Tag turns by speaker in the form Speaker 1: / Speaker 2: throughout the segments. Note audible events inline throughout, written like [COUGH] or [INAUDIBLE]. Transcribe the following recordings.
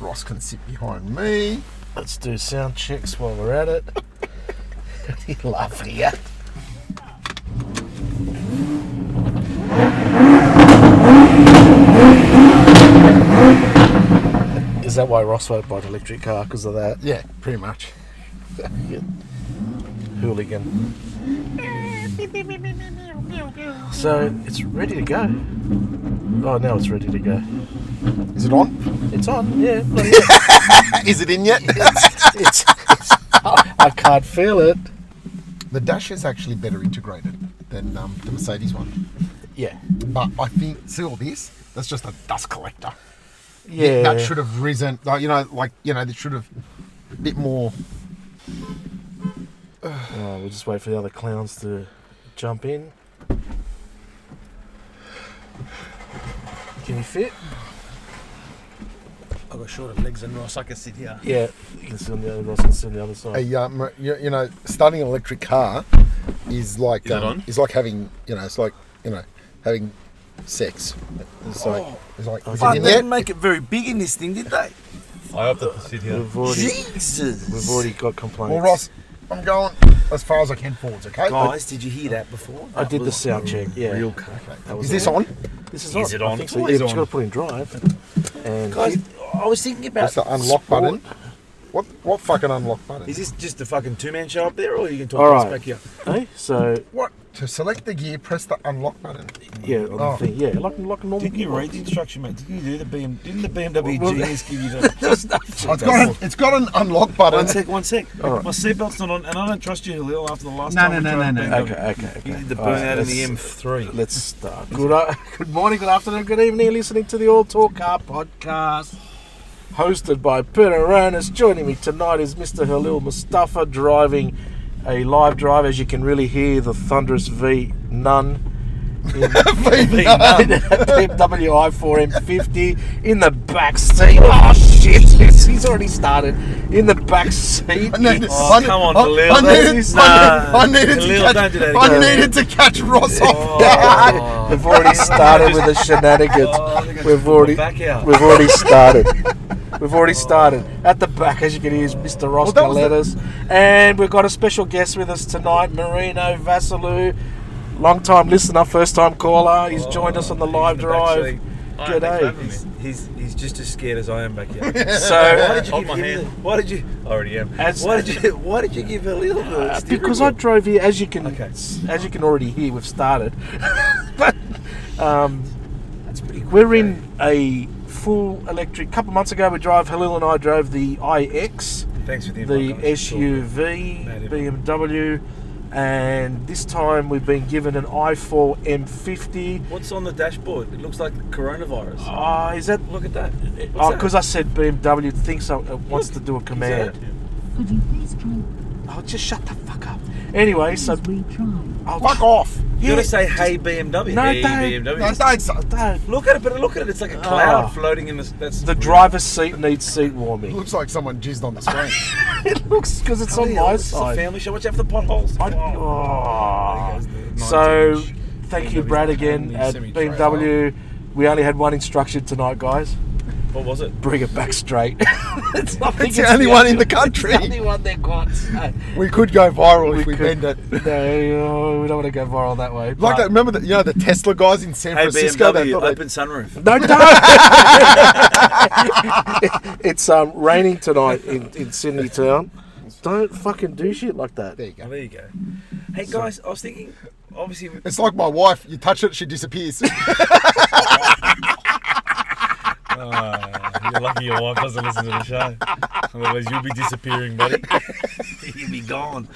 Speaker 1: boss can sit behind me.
Speaker 2: Let's do sound checks while we're at it. [LAUGHS] You're laughing at. Is that why Ross won't buy an electric car? Because of that?
Speaker 1: Yeah, pretty much.
Speaker 2: Yeah. Hooligan. So it's ready to go. Oh, now it's ready to go.
Speaker 1: Is it on? Uh,
Speaker 2: It's on, yeah. bloody hell.
Speaker 1: Is it in yet?
Speaker 2: it's, it's, it's- I can't feel it.
Speaker 1: the Dash is actually better integrated than um, the Mercedes one.
Speaker 2: Yeah.
Speaker 1: But I think, see all this? That's just a dust collector.
Speaker 2: Yeah.
Speaker 1: That should have risen, like, you know, like, you know, that should have a bit more.
Speaker 2: Oh, we'll just wait for the other clowns to jump in. Can you fit?
Speaker 3: I've got shorter legs than Ross. I can sit here.
Speaker 2: Yeah. You can sit on the other Ross can sit on the other side.
Speaker 1: A, um, you, you know, starting an electric car is like um,
Speaker 3: Is that on?
Speaker 1: is like having, you know, it's like, you know, having sex. It's like, it's like, is
Speaker 3: Oh. Fuck, they
Speaker 1: it in yet?
Speaker 3: didn't make it very big in this thing, did they?
Speaker 4: I opted to sit here.
Speaker 2: We've already
Speaker 3: Jesus.
Speaker 2: we've already got complaints.
Speaker 1: Well, Ross, I'm going as far as I can forwards, okay?
Speaker 3: Guys, did you hear that before?
Speaker 2: I did the sound check, yeah.
Speaker 4: Real car.
Speaker 2: That was
Speaker 1: Is this
Speaker 2: all.
Speaker 1: on?
Speaker 2: This is,
Speaker 4: Is it
Speaker 2: I
Speaker 4: on?
Speaker 2: think
Speaker 4: It's
Speaker 2: so.
Speaker 4: always
Speaker 2: You just
Speaker 4: on.
Speaker 2: gotta put in drive. And
Speaker 3: Guys, I was thinking about.
Speaker 1: It's the unlock
Speaker 3: sport.
Speaker 1: button. What what fucking unlock button?
Speaker 3: Is this just a fucking two-man show up there, or you can talk
Speaker 2: All
Speaker 3: to us
Speaker 2: right.
Speaker 3: back here?
Speaker 2: hey, so
Speaker 1: what? To select the gear, press the unlock button.
Speaker 2: yeah, on
Speaker 1: Oh.
Speaker 2: the thing, yeah, like like a normal.
Speaker 4: Didn't you read the instruction, mate? Didn't you do the BM? Didn't the BMW
Speaker 2: Well, well-
Speaker 4: genius give you the?
Speaker 3: There was no-
Speaker 1: Oh, it's got an, it's got an unlock button.
Speaker 4: [LAUGHS] one sec, one sec.
Speaker 2: All right.
Speaker 4: My seatbelt's not on, and I don't trust you, Halil. After the last
Speaker 3: No,
Speaker 4: time,
Speaker 3: no,
Speaker 4: we
Speaker 3: no,
Speaker 4: tried
Speaker 3: no,
Speaker 4: BMW.
Speaker 3: no.
Speaker 2: Okay, okay, okay.
Speaker 4: You did the
Speaker 2: All right,
Speaker 4: burnout in the
Speaker 2: let's-
Speaker 4: M3.
Speaker 2: Let's start. Good, uh, [LAUGHS] good morning, good afternoon, good evening. You're Listening to the All Talk Car podcast, hosted by Peter Ronas. Joining me tonight is Mr. Halil Mustafa, driving a live drive. As you can really hear, the thunderous V [LAUGHS] Nun BMW i4 M50 in the back seat. Oh shit! [LAUGHS] He's he's already started in the back seat. [LAUGHS]
Speaker 1: I needed-
Speaker 4: Oh,
Speaker 1: I ne-
Speaker 4: come on,
Speaker 1: I-
Speaker 4: Khalil,
Speaker 1: I
Speaker 4: that's-
Speaker 1: needed-
Speaker 4: nah,
Speaker 1: I needed- I needed
Speaker 4: Khalil,
Speaker 1: to
Speaker 4: don't do
Speaker 1: catch-
Speaker 4: that
Speaker 1: I
Speaker 4: again.
Speaker 1: needed to catch Ross off guard.
Speaker 4: Oh,
Speaker 2: We've already started with the shenanigans.
Speaker 4: Oh, they're gonna
Speaker 2: we've already
Speaker 4: back out.
Speaker 2: we've already started. We've already started. At the back, as you can hear, is Mr. Ross
Speaker 1: that was the-
Speaker 2: Galetas. And we've got a special guest with us tonight, Marino Vassalou. Long time listener, first time caller.
Speaker 4: Oh,
Speaker 2: He's joined us on the live drive. G'day.
Speaker 4: He's, he's, he's just as scared as I am back
Speaker 2: [LAUGHS]
Speaker 4: here. [LAUGHS]
Speaker 2: So,
Speaker 4: Hold my hand. Why did you? I already am.
Speaker 2: As-
Speaker 4: why did you? Why did you give Halil the?
Speaker 2: Uh,
Speaker 4: steering
Speaker 2: because I
Speaker 4: wheel?
Speaker 2: drove here, as you can
Speaker 4: Okay.
Speaker 2: as you can already hear, we've started. [LAUGHS] but um, we're in a full electric. couple months ago, we drove Halil and I drove the iX,
Speaker 4: Thanks for the
Speaker 2: the
Speaker 4: invite, guys. It's all good. Mad
Speaker 2: SUV,
Speaker 4: invite.
Speaker 2: BMW, and this time we've been given an i4 M50.
Speaker 4: What's on the dashboard? It looks like coronavirus.
Speaker 2: Ah, is that?
Speaker 4: Look at that.
Speaker 2: Oh, because I said BMW thinks I, it wants to do a command.
Speaker 5: Could you please try
Speaker 2: Oh, just shut the fuck up. Anyway, so
Speaker 5: retry?
Speaker 2: I'll
Speaker 1: Fuck off.
Speaker 2: Yeah.
Speaker 4: you gotta say, "Hey BMW."
Speaker 2: No,
Speaker 4: hey,
Speaker 2: don't.
Speaker 4: BMW.
Speaker 1: No, don't say-
Speaker 2: No,
Speaker 4: Look at it, but look at it. It's like a cloud
Speaker 2: Oh.
Speaker 4: floating in the. That's
Speaker 2: The driver's seat needs seat warming.
Speaker 1: Looks like someone jizzed on the screen.
Speaker 2: [LAUGHS] it looks because it's on my
Speaker 4: It's a
Speaker 2: side.
Speaker 4: family show. Watch out for the potholes.
Speaker 2: I-
Speaker 4: Wow.
Speaker 2: Oh.
Speaker 4: There goes the
Speaker 2: So,
Speaker 4: 19 -inch
Speaker 2: thank you,
Speaker 4: BMW
Speaker 2: Brad,
Speaker 4: and
Speaker 2: again
Speaker 4: the
Speaker 2: at
Speaker 4: semi-trailer.
Speaker 2: BMW. We only had one instruction tonight, guys.
Speaker 4: What was it?
Speaker 2: Bring it back
Speaker 1: [LAUGHS]
Speaker 2: straight. it's, I think
Speaker 1: It's the only one in the country.
Speaker 2: It's the only one they got. so-
Speaker 1: We could go viral if we
Speaker 2: could-
Speaker 1: bend it.
Speaker 2: [LAUGHS] No, we don't want to go viral that way.
Speaker 1: Like
Speaker 2: but-
Speaker 1: that, remember that you know the Tesla guys in San
Speaker 4: Hey
Speaker 1: Francisco that
Speaker 4: BMW,
Speaker 1: thought they-
Speaker 4: open sunroof.
Speaker 2: [LAUGHS] No, don't. [LAUGHS] it's um, raining tonight in, in Sydney town. Don't fucking do shit like that.
Speaker 1: There you
Speaker 4: Oh,
Speaker 1: go.
Speaker 4: there you go. Hey guys, I was thinking. Obviously,
Speaker 2: [LAUGHS]
Speaker 1: It's like my wife. You touch it, she disappears.
Speaker 4: you're lucky your wife doesn't listen to the show. Otherwise, you'll be disappearing, buddy. you'll be [LAUGHS] gone.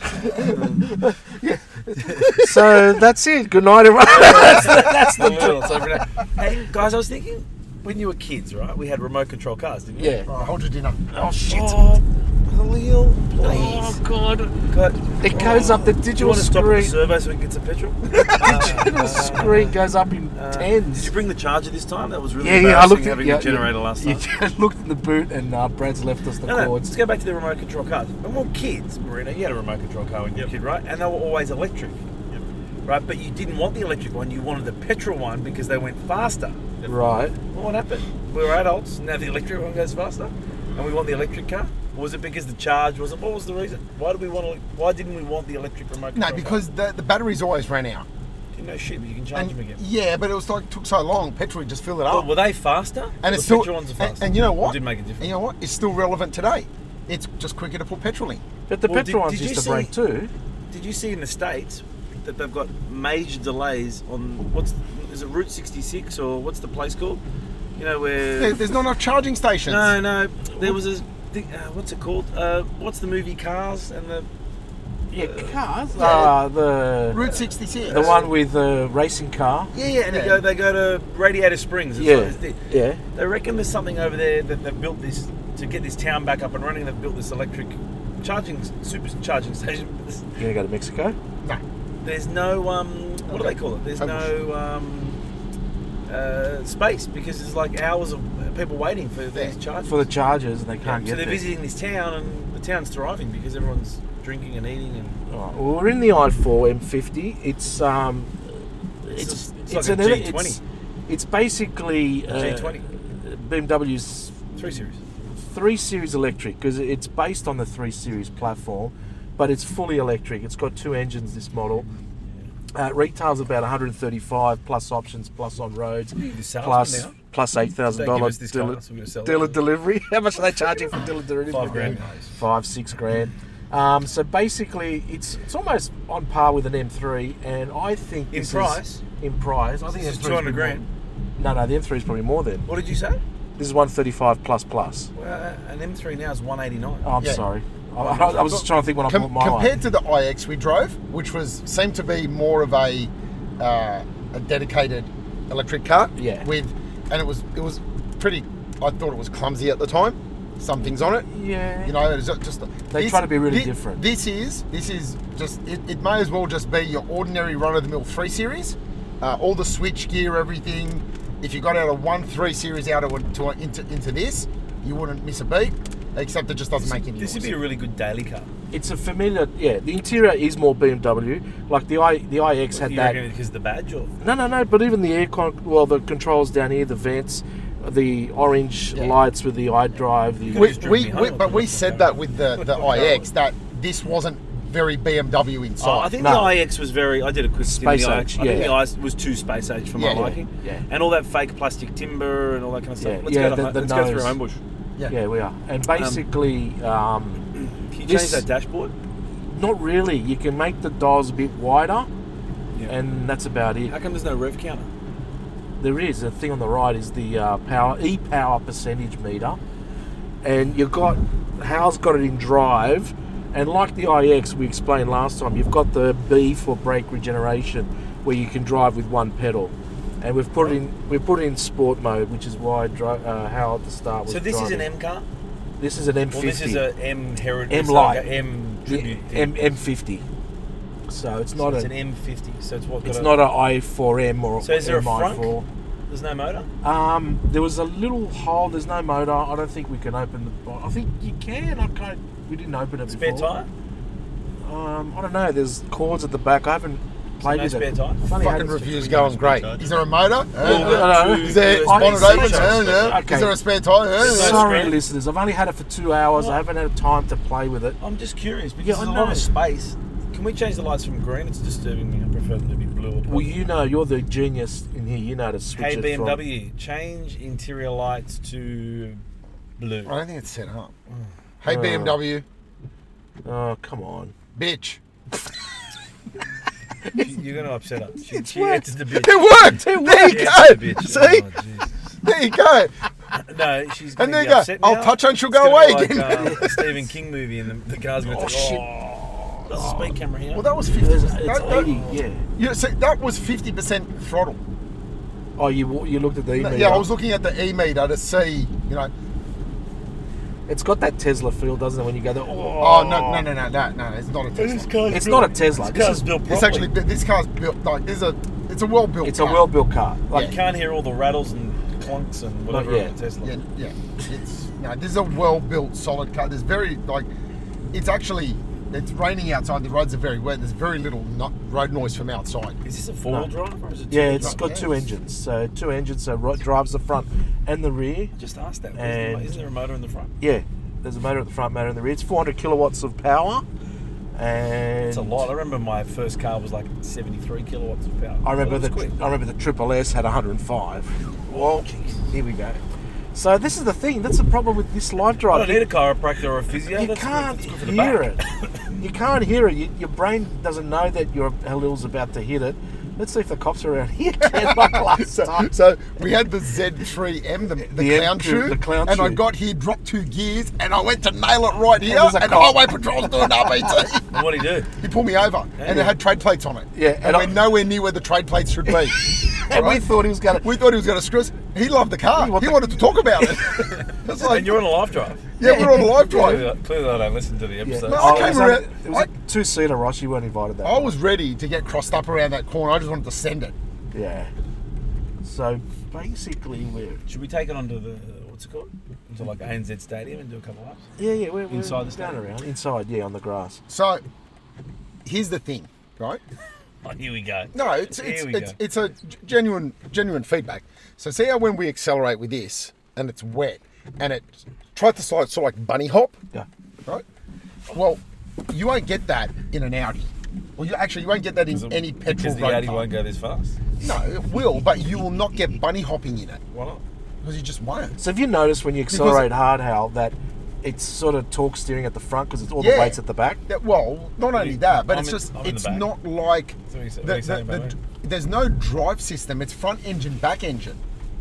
Speaker 2: So that's it. Good night, everyone.
Speaker 1: [LAUGHS]
Speaker 2: [LAUGHS]
Speaker 4: Oh, well, it's over now. Hey guys, I was thinking when you were kids, right? We had remote control cars, didn't we?
Speaker 2: yeah.
Speaker 1: Right, hold your dinner.
Speaker 2: Oh shit.
Speaker 4: Oh, Halil, please.
Speaker 2: Oh, God.
Speaker 4: God.
Speaker 2: It goes up the
Speaker 4: Do you
Speaker 2: digital
Speaker 4: want to stop at the
Speaker 2: screen.
Speaker 4: servo so we can get some petrol? Uh,
Speaker 2: digital screen goes up in
Speaker 1: Uh,
Speaker 4: Did
Speaker 2: tens.
Speaker 4: you bring the charger this time? That was really
Speaker 2: Yeah,
Speaker 4: embarrassing
Speaker 2: yeah. I looked at
Speaker 4: having
Speaker 2: yeah,
Speaker 4: the generator last time.
Speaker 2: [LAUGHS] Yeah, I looked in the boot, and uh, Brad's left us the
Speaker 4: No, no, let's
Speaker 2: cords.
Speaker 4: go back to the remote control cars. When we were kids, Marina, you had a remote control car when you were a kid, right? And they were always electric. Right, but you didn't want the electric one, you wanted the petrol one because they went faster.
Speaker 2: Right.
Speaker 4: Well, what happened? We were adults, now the electric one goes faster. and we want the electric car? Or was it because the charge wasn't? What was the reason? Why did we want? elec- Why didn't we want the electric remote?
Speaker 1: No,
Speaker 4: control
Speaker 1: because the, the batteries always ran out.
Speaker 4: car? you know shit, but you can charge
Speaker 1: And
Speaker 4: them again.
Speaker 1: yeah, but it was like took so long. Petrol would just fill it
Speaker 4: Well,
Speaker 1: up.
Speaker 4: were they faster?
Speaker 1: and
Speaker 4: the
Speaker 1: it's still
Speaker 4: petrol ones are
Speaker 1: and-
Speaker 4: faster.
Speaker 1: And, you know
Speaker 4: Or
Speaker 1: what?
Speaker 4: did make a
Speaker 1: And
Speaker 4: difference.
Speaker 1: you know what? It's still relevant today. It's just quicker to put petrol in.
Speaker 2: But the
Speaker 4: Well,
Speaker 2: petrol
Speaker 4: did-
Speaker 2: ones
Speaker 4: did you
Speaker 2: used to
Speaker 4: see-
Speaker 2: break too.
Speaker 4: Did you see in the states that they've got major delays on what's is it Route 66 or what's the place called? You know
Speaker 1: There-
Speaker 4: where?
Speaker 1: There's not enough charging stations.
Speaker 4: No, no. There was a thi- uh, what's it called? Uh, what's the movie Cars and the
Speaker 2: Yeah, cars. Ah, the
Speaker 1: Route 66.
Speaker 2: the one with the racing car.
Speaker 4: yeah, yeah. And
Speaker 1: Yeah.
Speaker 4: they go they go to Radiator Springs. It's
Speaker 2: Yeah.
Speaker 4: like this thing.
Speaker 2: Yeah.
Speaker 4: They reckon there's something over there that they've built this to get this town back up and running. They've built this electric charging super charging [LAUGHS] station. but there's-
Speaker 2: You gonna go to Mexico?
Speaker 1: No.
Speaker 4: There's no um, what do they call it? There's no um, uh, space because there's like hours of people waiting for these
Speaker 1: Yeah.
Speaker 4: charges.
Speaker 2: For the chargers, and they
Speaker 4: Yeah,
Speaker 2: can't
Speaker 4: so
Speaker 2: get
Speaker 4: they're
Speaker 2: there.
Speaker 4: visiting this town, and the town's thriving because everyone's drinking and eating and.
Speaker 2: Alright, well, we're in the i4 M50. It's um,
Speaker 4: It's
Speaker 2: it's
Speaker 4: a-
Speaker 2: it's,
Speaker 4: it's like a
Speaker 2: ele-
Speaker 4: G20.
Speaker 2: It's, it's basically uh,
Speaker 4: G20.
Speaker 2: BMW's
Speaker 4: Three series.
Speaker 2: three series electric because it's based on the three series platform, but it's fully electric. It's got two engines. This model. Uh, retails about 135 plus options plus on roads
Speaker 4: the salesman
Speaker 2: plus
Speaker 4: now.
Speaker 2: plus eight thousand
Speaker 4: Don't give
Speaker 2: dollars
Speaker 4: us this car, so we're gonna sell
Speaker 2: dealer
Speaker 4: it.
Speaker 2: delivery. [LAUGHS] How much are they charging for dealer delivery?
Speaker 4: Five grand.
Speaker 2: five, six grand. Um, so basically, it's it's almost on par with an M3, and I think
Speaker 4: In
Speaker 2: this is-
Speaker 4: price?
Speaker 2: in price, I think
Speaker 4: This is
Speaker 2: M3 's
Speaker 4: 200
Speaker 2: probably
Speaker 4: grand.
Speaker 2: more- No, no, the M3 is probably more than
Speaker 4: What did you say?
Speaker 2: this is 135 plus plus.
Speaker 4: Well, uh, an M3 now is 189.
Speaker 2: Oh, I'm
Speaker 1: Yeah.
Speaker 2: sorry, I, I- I was just trying to think when I
Speaker 1: Com-
Speaker 2: bought my one.
Speaker 1: compared to the IX we drove, which was seemed to be more of a uh, a dedicated electric car.
Speaker 2: Yeah.
Speaker 1: With and it was it was pretty. I thought it was clumsy at the time. Some things on it.
Speaker 2: Yeah.
Speaker 1: You know, it's just
Speaker 2: They
Speaker 1: this-
Speaker 2: try to be really
Speaker 1: thi-
Speaker 2: different.
Speaker 1: This is this is just it, it may as well just be your ordinary run of the mill three series, uh, all the switch gear, everything. If you got out of one three series out of a- to a- into into this, you wouldn't miss a beat. Except it just doesn't make any.
Speaker 4: This would
Speaker 1: noise.
Speaker 4: be a really good daily car.
Speaker 2: It's a familiar, yeah. The interior is more BMW. Like the i the iX had
Speaker 4: you
Speaker 2: that.
Speaker 4: reckon because of the badge or?
Speaker 2: No, no, no. But even the aircon, well, the controls down here, the vents, the orange lights with the iDrive, the
Speaker 1: we,
Speaker 4: just driven
Speaker 1: we,
Speaker 4: me
Speaker 1: we,
Speaker 4: home.
Speaker 1: but we said that with the,
Speaker 4: [LAUGHS]
Speaker 1: the IX that this wasn't very BMW inside.
Speaker 4: Oh, I think
Speaker 2: No.
Speaker 4: the IX was very. I did a quick skim of
Speaker 2: Space
Speaker 4: the IX.
Speaker 2: age,
Speaker 4: I think
Speaker 2: yeah.
Speaker 4: the IX was too space age for my
Speaker 1: Yeah, yeah,
Speaker 4: liking.
Speaker 2: yeah.
Speaker 4: And all that fake plastic timber and all that kind of stuff.
Speaker 2: Yeah,
Speaker 4: Let's,
Speaker 2: yeah,
Speaker 4: go, to,
Speaker 2: the-
Speaker 4: Ho-
Speaker 2: the
Speaker 4: let's go through
Speaker 2: nose.
Speaker 4: Homebush.
Speaker 1: yeah.
Speaker 2: Yeah, we are. And basically, um,
Speaker 4: Can you
Speaker 2: This-
Speaker 4: change that dashboard?
Speaker 2: Not really. You can make the dials a bit wider,
Speaker 4: Yeah.
Speaker 2: and that's about it.
Speaker 4: How come there's no rev counter?
Speaker 2: There is the thing on the right is the uh, power e power percentage meter, and you've got Hal's got it in drive, and like the IX we explained last time, you've got the B for brake regeneration, where you can drive with one pedal, and we've put it in we've put it in sport mode, which is why dri- uh, Hal at the start was.
Speaker 4: So this is an
Speaker 2: driving.
Speaker 4: M car.
Speaker 2: This is an M50.
Speaker 4: Well, this is a M heritage.
Speaker 2: M
Speaker 4: it's like
Speaker 2: Lite.
Speaker 4: a M tribute. thing.
Speaker 2: M M50. So it's
Speaker 4: So
Speaker 2: not
Speaker 4: it's
Speaker 2: an
Speaker 4: an M50. So it's what?
Speaker 2: It's
Speaker 4: got
Speaker 2: not an i4M or
Speaker 4: So is there a
Speaker 2: MI4.
Speaker 4: There's no motor.
Speaker 2: Um, there was a little hole. There's no motor. I don't think we can open the. bo- I think you can. I can't. We didn't open it
Speaker 4: Spare
Speaker 2: before.
Speaker 4: tire.
Speaker 2: Um, I don't know. There's cords at the back. I haven't played
Speaker 4: no
Speaker 2: with
Speaker 4: spare
Speaker 2: it.
Speaker 4: tire?
Speaker 2: Funny how
Speaker 1: Fucking
Speaker 2: this-
Speaker 1: review's going great. Is there a motor? Uh,
Speaker 2: I don't know.
Speaker 1: is there
Speaker 2: I-
Speaker 1: bonnet open? Uh, uh,
Speaker 2: Okay.
Speaker 1: Is there a spare tyre? Uh,
Speaker 4: There's
Speaker 1: uh.
Speaker 4: no-
Speaker 2: Sorry,
Speaker 4: screen?
Speaker 2: listeners. I've only had it for two hours. I haven't had time to play with it.
Speaker 4: I'm just curious because
Speaker 2: Yeah, I
Speaker 4: there's a lot
Speaker 2: know.
Speaker 4: of space. Can we change the lights from green? It's disturbing me. I prefer them to be blue or purple.
Speaker 2: Well, you know, you're the genius in here. You know how to switch
Speaker 4: Hey
Speaker 2: it from.
Speaker 4: BMW, change interior lights to blue.
Speaker 1: I don't think it's set up. Hey BMW,
Speaker 2: Oh, come on.
Speaker 1: bitch.
Speaker 4: You're going to upset her. She, she it's
Speaker 1: [LAUGHS]
Speaker 4: the bitch.
Speaker 1: It worked. there you
Speaker 4: It's the
Speaker 1: go.
Speaker 4: bitch.
Speaker 1: See,
Speaker 4: Oh, Jesus.
Speaker 1: there you go.
Speaker 4: no, she's
Speaker 1: And
Speaker 4: going to
Speaker 1: there you
Speaker 4: be
Speaker 1: go.
Speaker 4: upset now.
Speaker 1: I'll touch and she'll
Speaker 4: It's
Speaker 1: go
Speaker 4: gonna
Speaker 1: away
Speaker 4: be like,
Speaker 1: again.
Speaker 4: uh, the Stephen King movie, and the, the car's going to.
Speaker 2: Oh, shit.
Speaker 4: There's a speed camera here.
Speaker 1: Well, that was fifty.
Speaker 2: There's, it's
Speaker 1: that, that,
Speaker 2: 80. Yeah.
Speaker 1: yeah, so that was fifty percent throttle.
Speaker 2: Oh, you you looked at the email.
Speaker 1: Yeah, I was looking at the e meter to see. You know.
Speaker 2: It's got that Tesla feel, doesn't it? When you go, there, oh,
Speaker 1: Oh no no no no no no! It's not a Tesla.
Speaker 2: It's not a Tesla. This is
Speaker 4: built
Speaker 1: This actually, this car's built like there's a, it's a well built.
Speaker 2: It's a well-built car. Like
Speaker 4: You can't hear all the rattles and clunks and whatever
Speaker 2: yet.
Speaker 4: on the Tesla.
Speaker 1: Yeah, yeah. It's no, this is a well built, solid car. There's very like, it's actually It's raining outside. The roads are very wet. There's very little no road noise from outside.
Speaker 4: Is this a four-wheel drive or is it?
Speaker 2: Yeah,
Speaker 4: two-wheel
Speaker 2: it's
Speaker 4: drive?
Speaker 2: got two engines. So two engines. So right drives the front and the rear.
Speaker 4: Just ask that.
Speaker 2: And-
Speaker 4: Isn't there a motor in the front?
Speaker 2: Yeah, there's a motor at the front, motor in the rear. It's 400 kilowatts of power, and
Speaker 4: It's a lot. I remember my first car was like 73 kilowatts of power.
Speaker 2: I remember
Speaker 4: Well,
Speaker 2: the
Speaker 4: it was quick.
Speaker 2: I remember the Triple S had 105. Well, here we go. So this is the thing. That's the problem with this light
Speaker 4: I
Speaker 2: drive.
Speaker 4: don't need a chiropractor or a physio.
Speaker 2: you
Speaker 4: That's good-
Speaker 2: can't
Speaker 4: that's good for the
Speaker 2: hear
Speaker 4: back.
Speaker 2: it. you can't hear it. You, your brain doesn't know that your Halil's about to hit it. Let's see if the cops are around here [LAUGHS] again,
Speaker 4: [LAUGHS]
Speaker 2: like last
Speaker 1: So, [LAUGHS]
Speaker 2: time.
Speaker 1: so we had the Z3M, the, the,
Speaker 2: The
Speaker 1: clown
Speaker 2: M2,
Speaker 1: shoe,
Speaker 2: the clown
Speaker 1: and I
Speaker 2: shoe.
Speaker 1: got here, dropped two gears, and I went to nail it right here,
Speaker 2: there's
Speaker 1: and,
Speaker 2: a cop.
Speaker 1: Highway Patrol's doing RBT.
Speaker 4: And what'd
Speaker 2: [LAUGHS]
Speaker 4: he do?
Speaker 1: [LAUGHS] He pulled me over, and it had trade plates on it.
Speaker 2: Yeah,
Speaker 1: and,
Speaker 2: and I-
Speaker 1: we're nowhere near where the trade plates should be.
Speaker 2: [LAUGHS] And we
Speaker 1: Right?
Speaker 2: thought he was going to.
Speaker 1: we thought he was going to screw us. He loved the car.
Speaker 2: He
Speaker 1: He,
Speaker 2: want the-
Speaker 1: wanted to talk about
Speaker 2: [LAUGHS]
Speaker 1: it. [LAUGHS] It's like,
Speaker 4: And you're on a live drive.
Speaker 1: yeah, we're on a live drive.
Speaker 4: Clearly, clearly, I don't listen to the
Speaker 2: Yeah.
Speaker 4: episode.
Speaker 1: No, I
Speaker 2: Oh, it was,
Speaker 1: came
Speaker 2: only-
Speaker 1: around- Oh.
Speaker 2: it was a two-seater, Ross. You weren't invited that.
Speaker 1: I was ready to get crossed up around that corner. I just wanted to send it.
Speaker 2: Yeah. So basically, we're
Speaker 4: Should we take it onto the what's it called? Into like ANZ Stadium and do a couple laps?
Speaker 2: yeah, yeah, we're, we're
Speaker 4: Inside the
Speaker 2: down
Speaker 4: stadium?
Speaker 2: around inside, yeah, on the grass.
Speaker 1: So, here's the thing, right?
Speaker 4: Oh, here we go.
Speaker 1: No, it's
Speaker 4: Here
Speaker 1: it's
Speaker 4: we
Speaker 1: it's,
Speaker 4: go.
Speaker 1: it's a g- genuine genuine feedback. So see how when we accelerate with this and it's wet and it tries to sort sort of like bunny hop,
Speaker 2: Yeah.
Speaker 1: right? Well, you won't get that in an Audi. Well, you actually you won't get that in any petrol
Speaker 4: Because the
Speaker 1: road
Speaker 4: Audi
Speaker 1: car.
Speaker 4: won't go this fast.
Speaker 1: No, it will, but you will not get bunny hopping in it
Speaker 4: Why not?
Speaker 1: because you just won't.
Speaker 2: So if you notice when you accelerate hard, Hal, that it's sort of torque steering at the front because it's all the
Speaker 1: Yeah.
Speaker 2: weights at the back.
Speaker 1: That, well, not only that, but
Speaker 4: I'm
Speaker 1: it's
Speaker 4: in-
Speaker 1: just
Speaker 4: I'm in the
Speaker 1: it's
Speaker 4: back.
Speaker 1: not like
Speaker 4: what you're sa-
Speaker 1: the-
Speaker 4: what you're saying
Speaker 1: the-
Speaker 4: about
Speaker 1: the- there's no drive system. It's front engine, back engine,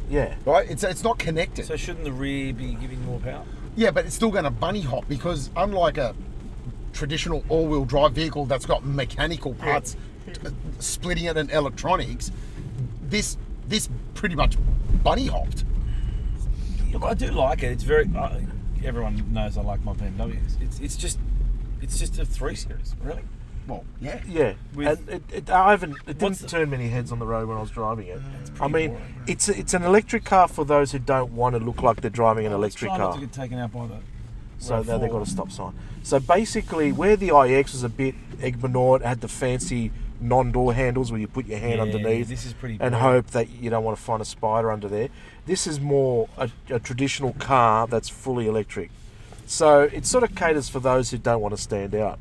Speaker 2: Yeah.
Speaker 1: right? It's it's not connected.
Speaker 4: So shouldn't the rear be giving more power?
Speaker 1: Yeah, but it's still going to bunny hop because unlike a traditional all-wheel drive vehicle that's got mechanical parts uh, splitting it and electronics, this this pretty much bunny hopped.
Speaker 4: Look, I do like it. It's very. I everyone knows I like my BMWs. It's it's just it's just a three series, really.
Speaker 1: Well, yeah.
Speaker 2: Yeah,
Speaker 4: With-
Speaker 2: and it, it, I haven't. It didn't
Speaker 4: What's the-
Speaker 2: turn many heads on the road when I was driving it. I
Speaker 4: pretty
Speaker 2: mean,
Speaker 4: boring.
Speaker 2: it's a, it's an electric car for those who don't want to look like they're driving an electric
Speaker 4: Try not
Speaker 2: car.
Speaker 4: to get taken out by the.
Speaker 2: So
Speaker 4: Road
Speaker 2: now they've got
Speaker 4: four.
Speaker 2: a stop sign. So basically, where the IX was a bit Egmonaught, had the fancy non-door handles where you put your hand
Speaker 4: Yeah,
Speaker 2: underneath
Speaker 4: this is pretty
Speaker 2: and
Speaker 4: boring.
Speaker 2: hope that you don't want to find a spider under there. This is more a, a traditional car that's fully electric. So it sort of caters for those who don't want to stand out.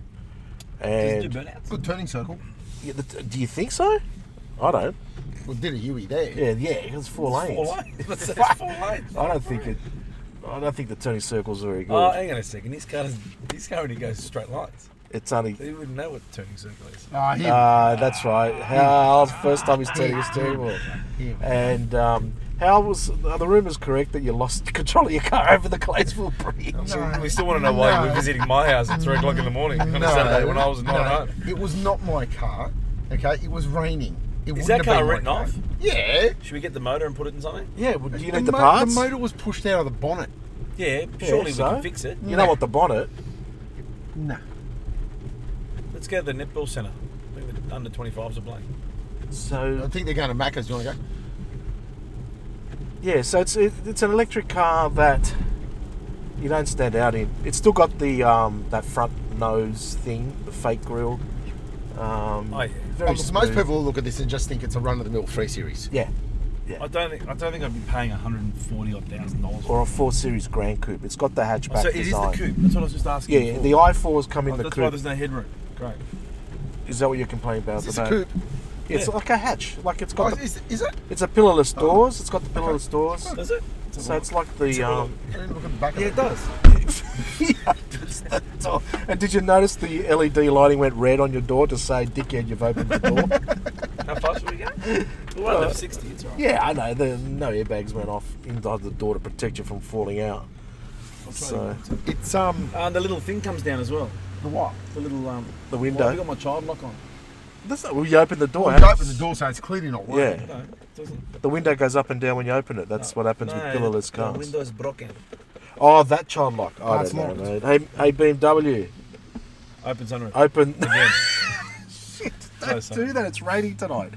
Speaker 4: Does
Speaker 2: And
Speaker 4: it do burnouts?
Speaker 1: Good turning circle.
Speaker 2: Yeah, the- do you think so? I don't.
Speaker 1: We did a Huey there.
Speaker 2: Yeah, yeah, it's four lanes. [LAUGHS]
Speaker 4: Four lanes. That's that's four lanes.
Speaker 2: I don't think it. I don't think the turning circle's very good.
Speaker 4: Oh, hang on a second. This car does, this car only goes straight lines.
Speaker 2: it's only.
Speaker 4: You wouldn't know what the turning circle is.
Speaker 1: Ah, here.
Speaker 2: Ah, that's right. Hal's first time he's turning his terrible. And um, Hal was. Are the rumours correct that you lost [LAUGHS] control of your car over the Claysville Bridge?
Speaker 1: No.
Speaker 4: We still want to know why you were
Speaker 1: No.
Speaker 4: visiting my house at three o'clock in the morning on a Saturday when I was not at home.
Speaker 1: It was not my car. Okay, it was raining. It wouldn't
Speaker 4: Is that
Speaker 1: have
Speaker 4: car
Speaker 1: been my
Speaker 4: written
Speaker 1: car.
Speaker 4: off?
Speaker 1: Yeah.
Speaker 4: Should we get the motor and put it in something?
Speaker 2: Yeah, well, do you
Speaker 1: the,
Speaker 2: need the
Speaker 1: mo-
Speaker 2: parts?
Speaker 1: the motor was pushed out of the bonnet.
Speaker 4: Yeah,
Speaker 2: Yeah,
Speaker 4: surely
Speaker 2: so?
Speaker 4: we can fix it.
Speaker 2: You don't want the bonnet.
Speaker 1: Nah.
Speaker 4: Let's go to the netball centre. I think the under 25s are playing.
Speaker 1: I
Speaker 2: So
Speaker 1: think they're going to Macca's. Do you want to go?
Speaker 2: yeah, so it's it, it's an electric car that you don't stand out in. It's still got the um, that front nose thing, the fake grill. Um,
Speaker 4: Oh, yeah.
Speaker 2: very
Speaker 1: Obviously, most
Speaker 2: smooth.
Speaker 1: people will look at this and just think it's a run-of-the-mill three series.
Speaker 2: Yeah,
Speaker 4: I don't think I don't think I'd be paying 140 odd thousand dollars for
Speaker 2: or a four series Grand Coupe. It's got the
Speaker 4: it.
Speaker 2: hatchback
Speaker 4: So it is
Speaker 2: design.
Speaker 4: the coupe. That's what I was just asking.
Speaker 2: Yeah, yeah,
Speaker 4: for.
Speaker 2: the i4s come in
Speaker 4: Oh,
Speaker 2: the
Speaker 4: that's why
Speaker 2: coupe.
Speaker 4: there's no headroom. Great.
Speaker 2: Is that what you're complaining
Speaker 1: Is
Speaker 2: about? at
Speaker 1: this
Speaker 2: the
Speaker 1: a
Speaker 2: moment?
Speaker 1: coupe?
Speaker 2: Yeah, It's
Speaker 4: Yeah.
Speaker 2: like a hatch. Like it's
Speaker 1: Oh,
Speaker 2: got. the-
Speaker 1: is, is it? Oh.
Speaker 2: it's a pillarless doors. It's got the pillarless doors.
Speaker 4: Does it? It's a
Speaker 2: So
Speaker 4: lot.
Speaker 2: it's like the.
Speaker 4: a
Speaker 2: Um,
Speaker 1: I didn't look at the back of
Speaker 4: yeah, it does.
Speaker 2: [LAUGHS] yeah, it's that door. and did you notice the LED lighting went red on your door to say, "Dickhead, you've opened the
Speaker 1: [LAUGHS]
Speaker 2: door"?
Speaker 4: How fast will
Speaker 2: [LAUGHS]
Speaker 4: we go? Well,
Speaker 2: Uh,
Speaker 4: I left 60. It's all right.
Speaker 2: yeah, I know. The no airbags went off inside the door to protect you from falling out. So
Speaker 1: It's um
Speaker 4: Uh, the little thing comes down as well.
Speaker 1: the what?
Speaker 4: The little um.
Speaker 2: the
Speaker 4: Well, I
Speaker 2: window.
Speaker 4: got my child lock on.
Speaker 2: That's not, well, you open the door.
Speaker 1: You
Speaker 2: how-
Speaker 1: open the door, so it's clearly not working.
Speaker 2: Yeah,
Speaker 4: No, it doesn't.
Speaker 2: the window goes up and down when you open it. That's what happens
Speaker 4: No,
Speaker 2: with pillarless
Speaker 4: the-
Speaker 2: cars.
Speaker 4: The window's broken.
Speaker 2: Oh, that child lock. I
Speaker 1: That's
Speaker 2: don't know,
Speaker 1: locked.
Speaker 2: mate. Hey, hey, BMW,
Speaker 4: Opens under it.
Speaker 2: open.
Speaker 4: [LAUGHS] Again.
Speaker 2: Shit,
Speaker 4: Sorry,
Speaker 2: don't
Speaker 4: sorry.
Speaker 2: do that. It's raining tonight.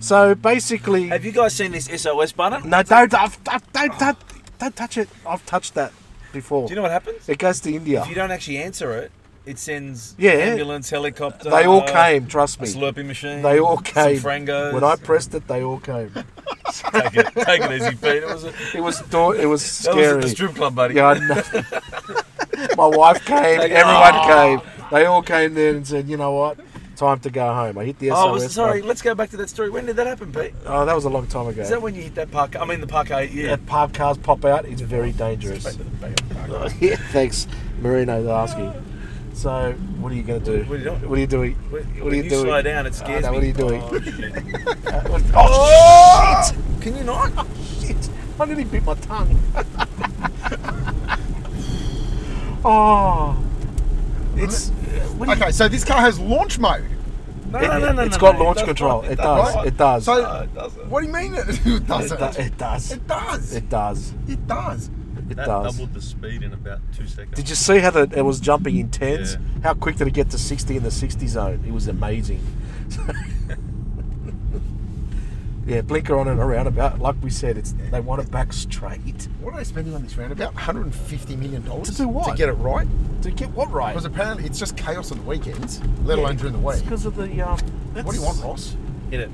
Speaker 2: So basically,
Speaker 4: Have you guys seen this SOS button?
Speaker 2: no, don't, I've, I've, don't, don't, don't touch it. I've touched that before.
Speaker 4: Oh. Do you know what happens?
Speaker 2: it goes to India.
Speaker 4: If you don't actually answer it, It sends
Speaker 2: Yeah.
Speaker 4: ambulance, helicopter.
Speaker 2: They all came, trust
Speaker 4: uh, A
Speaker 2: me.
Speaker 4: slurping machine.
Speaker 2: They all
Speaker 4: some
Speaker 2: came.
Speaker 4: Frangos.
Speaker 2: When I pressed it, they all came.
Speaker 4: take it, take it easy, Pete. It was a,
Speaker 2: It was do- it was
Speaker 4: [LAUGHS] that
Speaker 2: scary.
Speaker 4: was at the strip club, buddy.
Speaker 2: Yeah, I know. [LAUGHS]
Speaker 4: [LAUGHS]
Speaker 2: My wife came. Everyone
Speaker 4: "Ah."
Speaker 2: came. They all came there and said, "You know what? Time to go home." I hit the SOS.
Speaker 4: oh, was, sorry.
Speaker 2: button.
Speaker 4: Let's go back to that story. When did that happen, Pete?
Speaker 2: Oh, that was a long time ago.
Speaker 4: Is that when you hit that park? I mean, the parquet. Yeah.
Speaker 2: That parked cars pop out. It's very dangerous. yeah, thanks, Marino's asking. So, what are you going to do?
Speaker 4: What are you doing?
Speaker 2: What are you doing?
Speaker 4: When,
Speaker 2: What
Speaker 4: when
Speaker 2: are you doing?
Speaker 4: slow down, it scares
Speaker 2: I know,
Speaker 4: me.
Speaker 2: what are you doing? [LAUGHS]
Speaker 4: Oh, shit.
Speaker 2: Oh, shit!
Speaker 4: Can you not?
Speaker 2: Shit, I nearly bit my tongue. [LAUGHS] oh, it's what do you-
Speaker 1: Okay, so this car has launch mode.
Speaker 4: No,
Speaker 2: it,
Speaker 4: no, no, no.
Speaker 2: has
Speaker 4: no,
Speaker 2: got
Speaker 4: no, it
Speaker 2: launch
Speaker 4: does
Speaker 2: control.
Speaker 4: not.
Speaker 2: It
Speaker 1: does
Speaker 2: does.
Speaker 1: not.
Speaker 2: It does.
Speaker 1: So-
Speaker 4: No, it doesn't.
Speaker 1: What do you mean it [LAUGHS] doesn't?
Speaker 2: it, do- it does.
Speaker 1: It does.
Speaker 2: It does.
Speaker 1: It does.
Speaker 2: It
Speaker 6: That
Speaker 2: does.
Speaker 6: doubled the speed in about two seconds.
Speaker 2: Did you see how the, it was jumping in tens?
Speaker 6: Yeah.
Speaker 2: How quick did it get to 60 in the 60 zone? It
Speaker 1: [LAUGHS]
Speaker 2: was amazing. yeah, blinker on and around about. Like we said, it's they want it back straight.
Speaker 1: What are they spending on this roundabout? 150 million dollars
Speaker 2: To do what?
Speaker 1: To get it right?
Speaker 2: To get what right?
Speaker 1: Because apparently it's just chaos on the weekends, let
Speaker 2: Yeah,
Speaker 1: alone during the week.
Speaker 2: It's because of the. Um,
Speaker 1: What do you want, Ross?
Speaker 4: Hit it.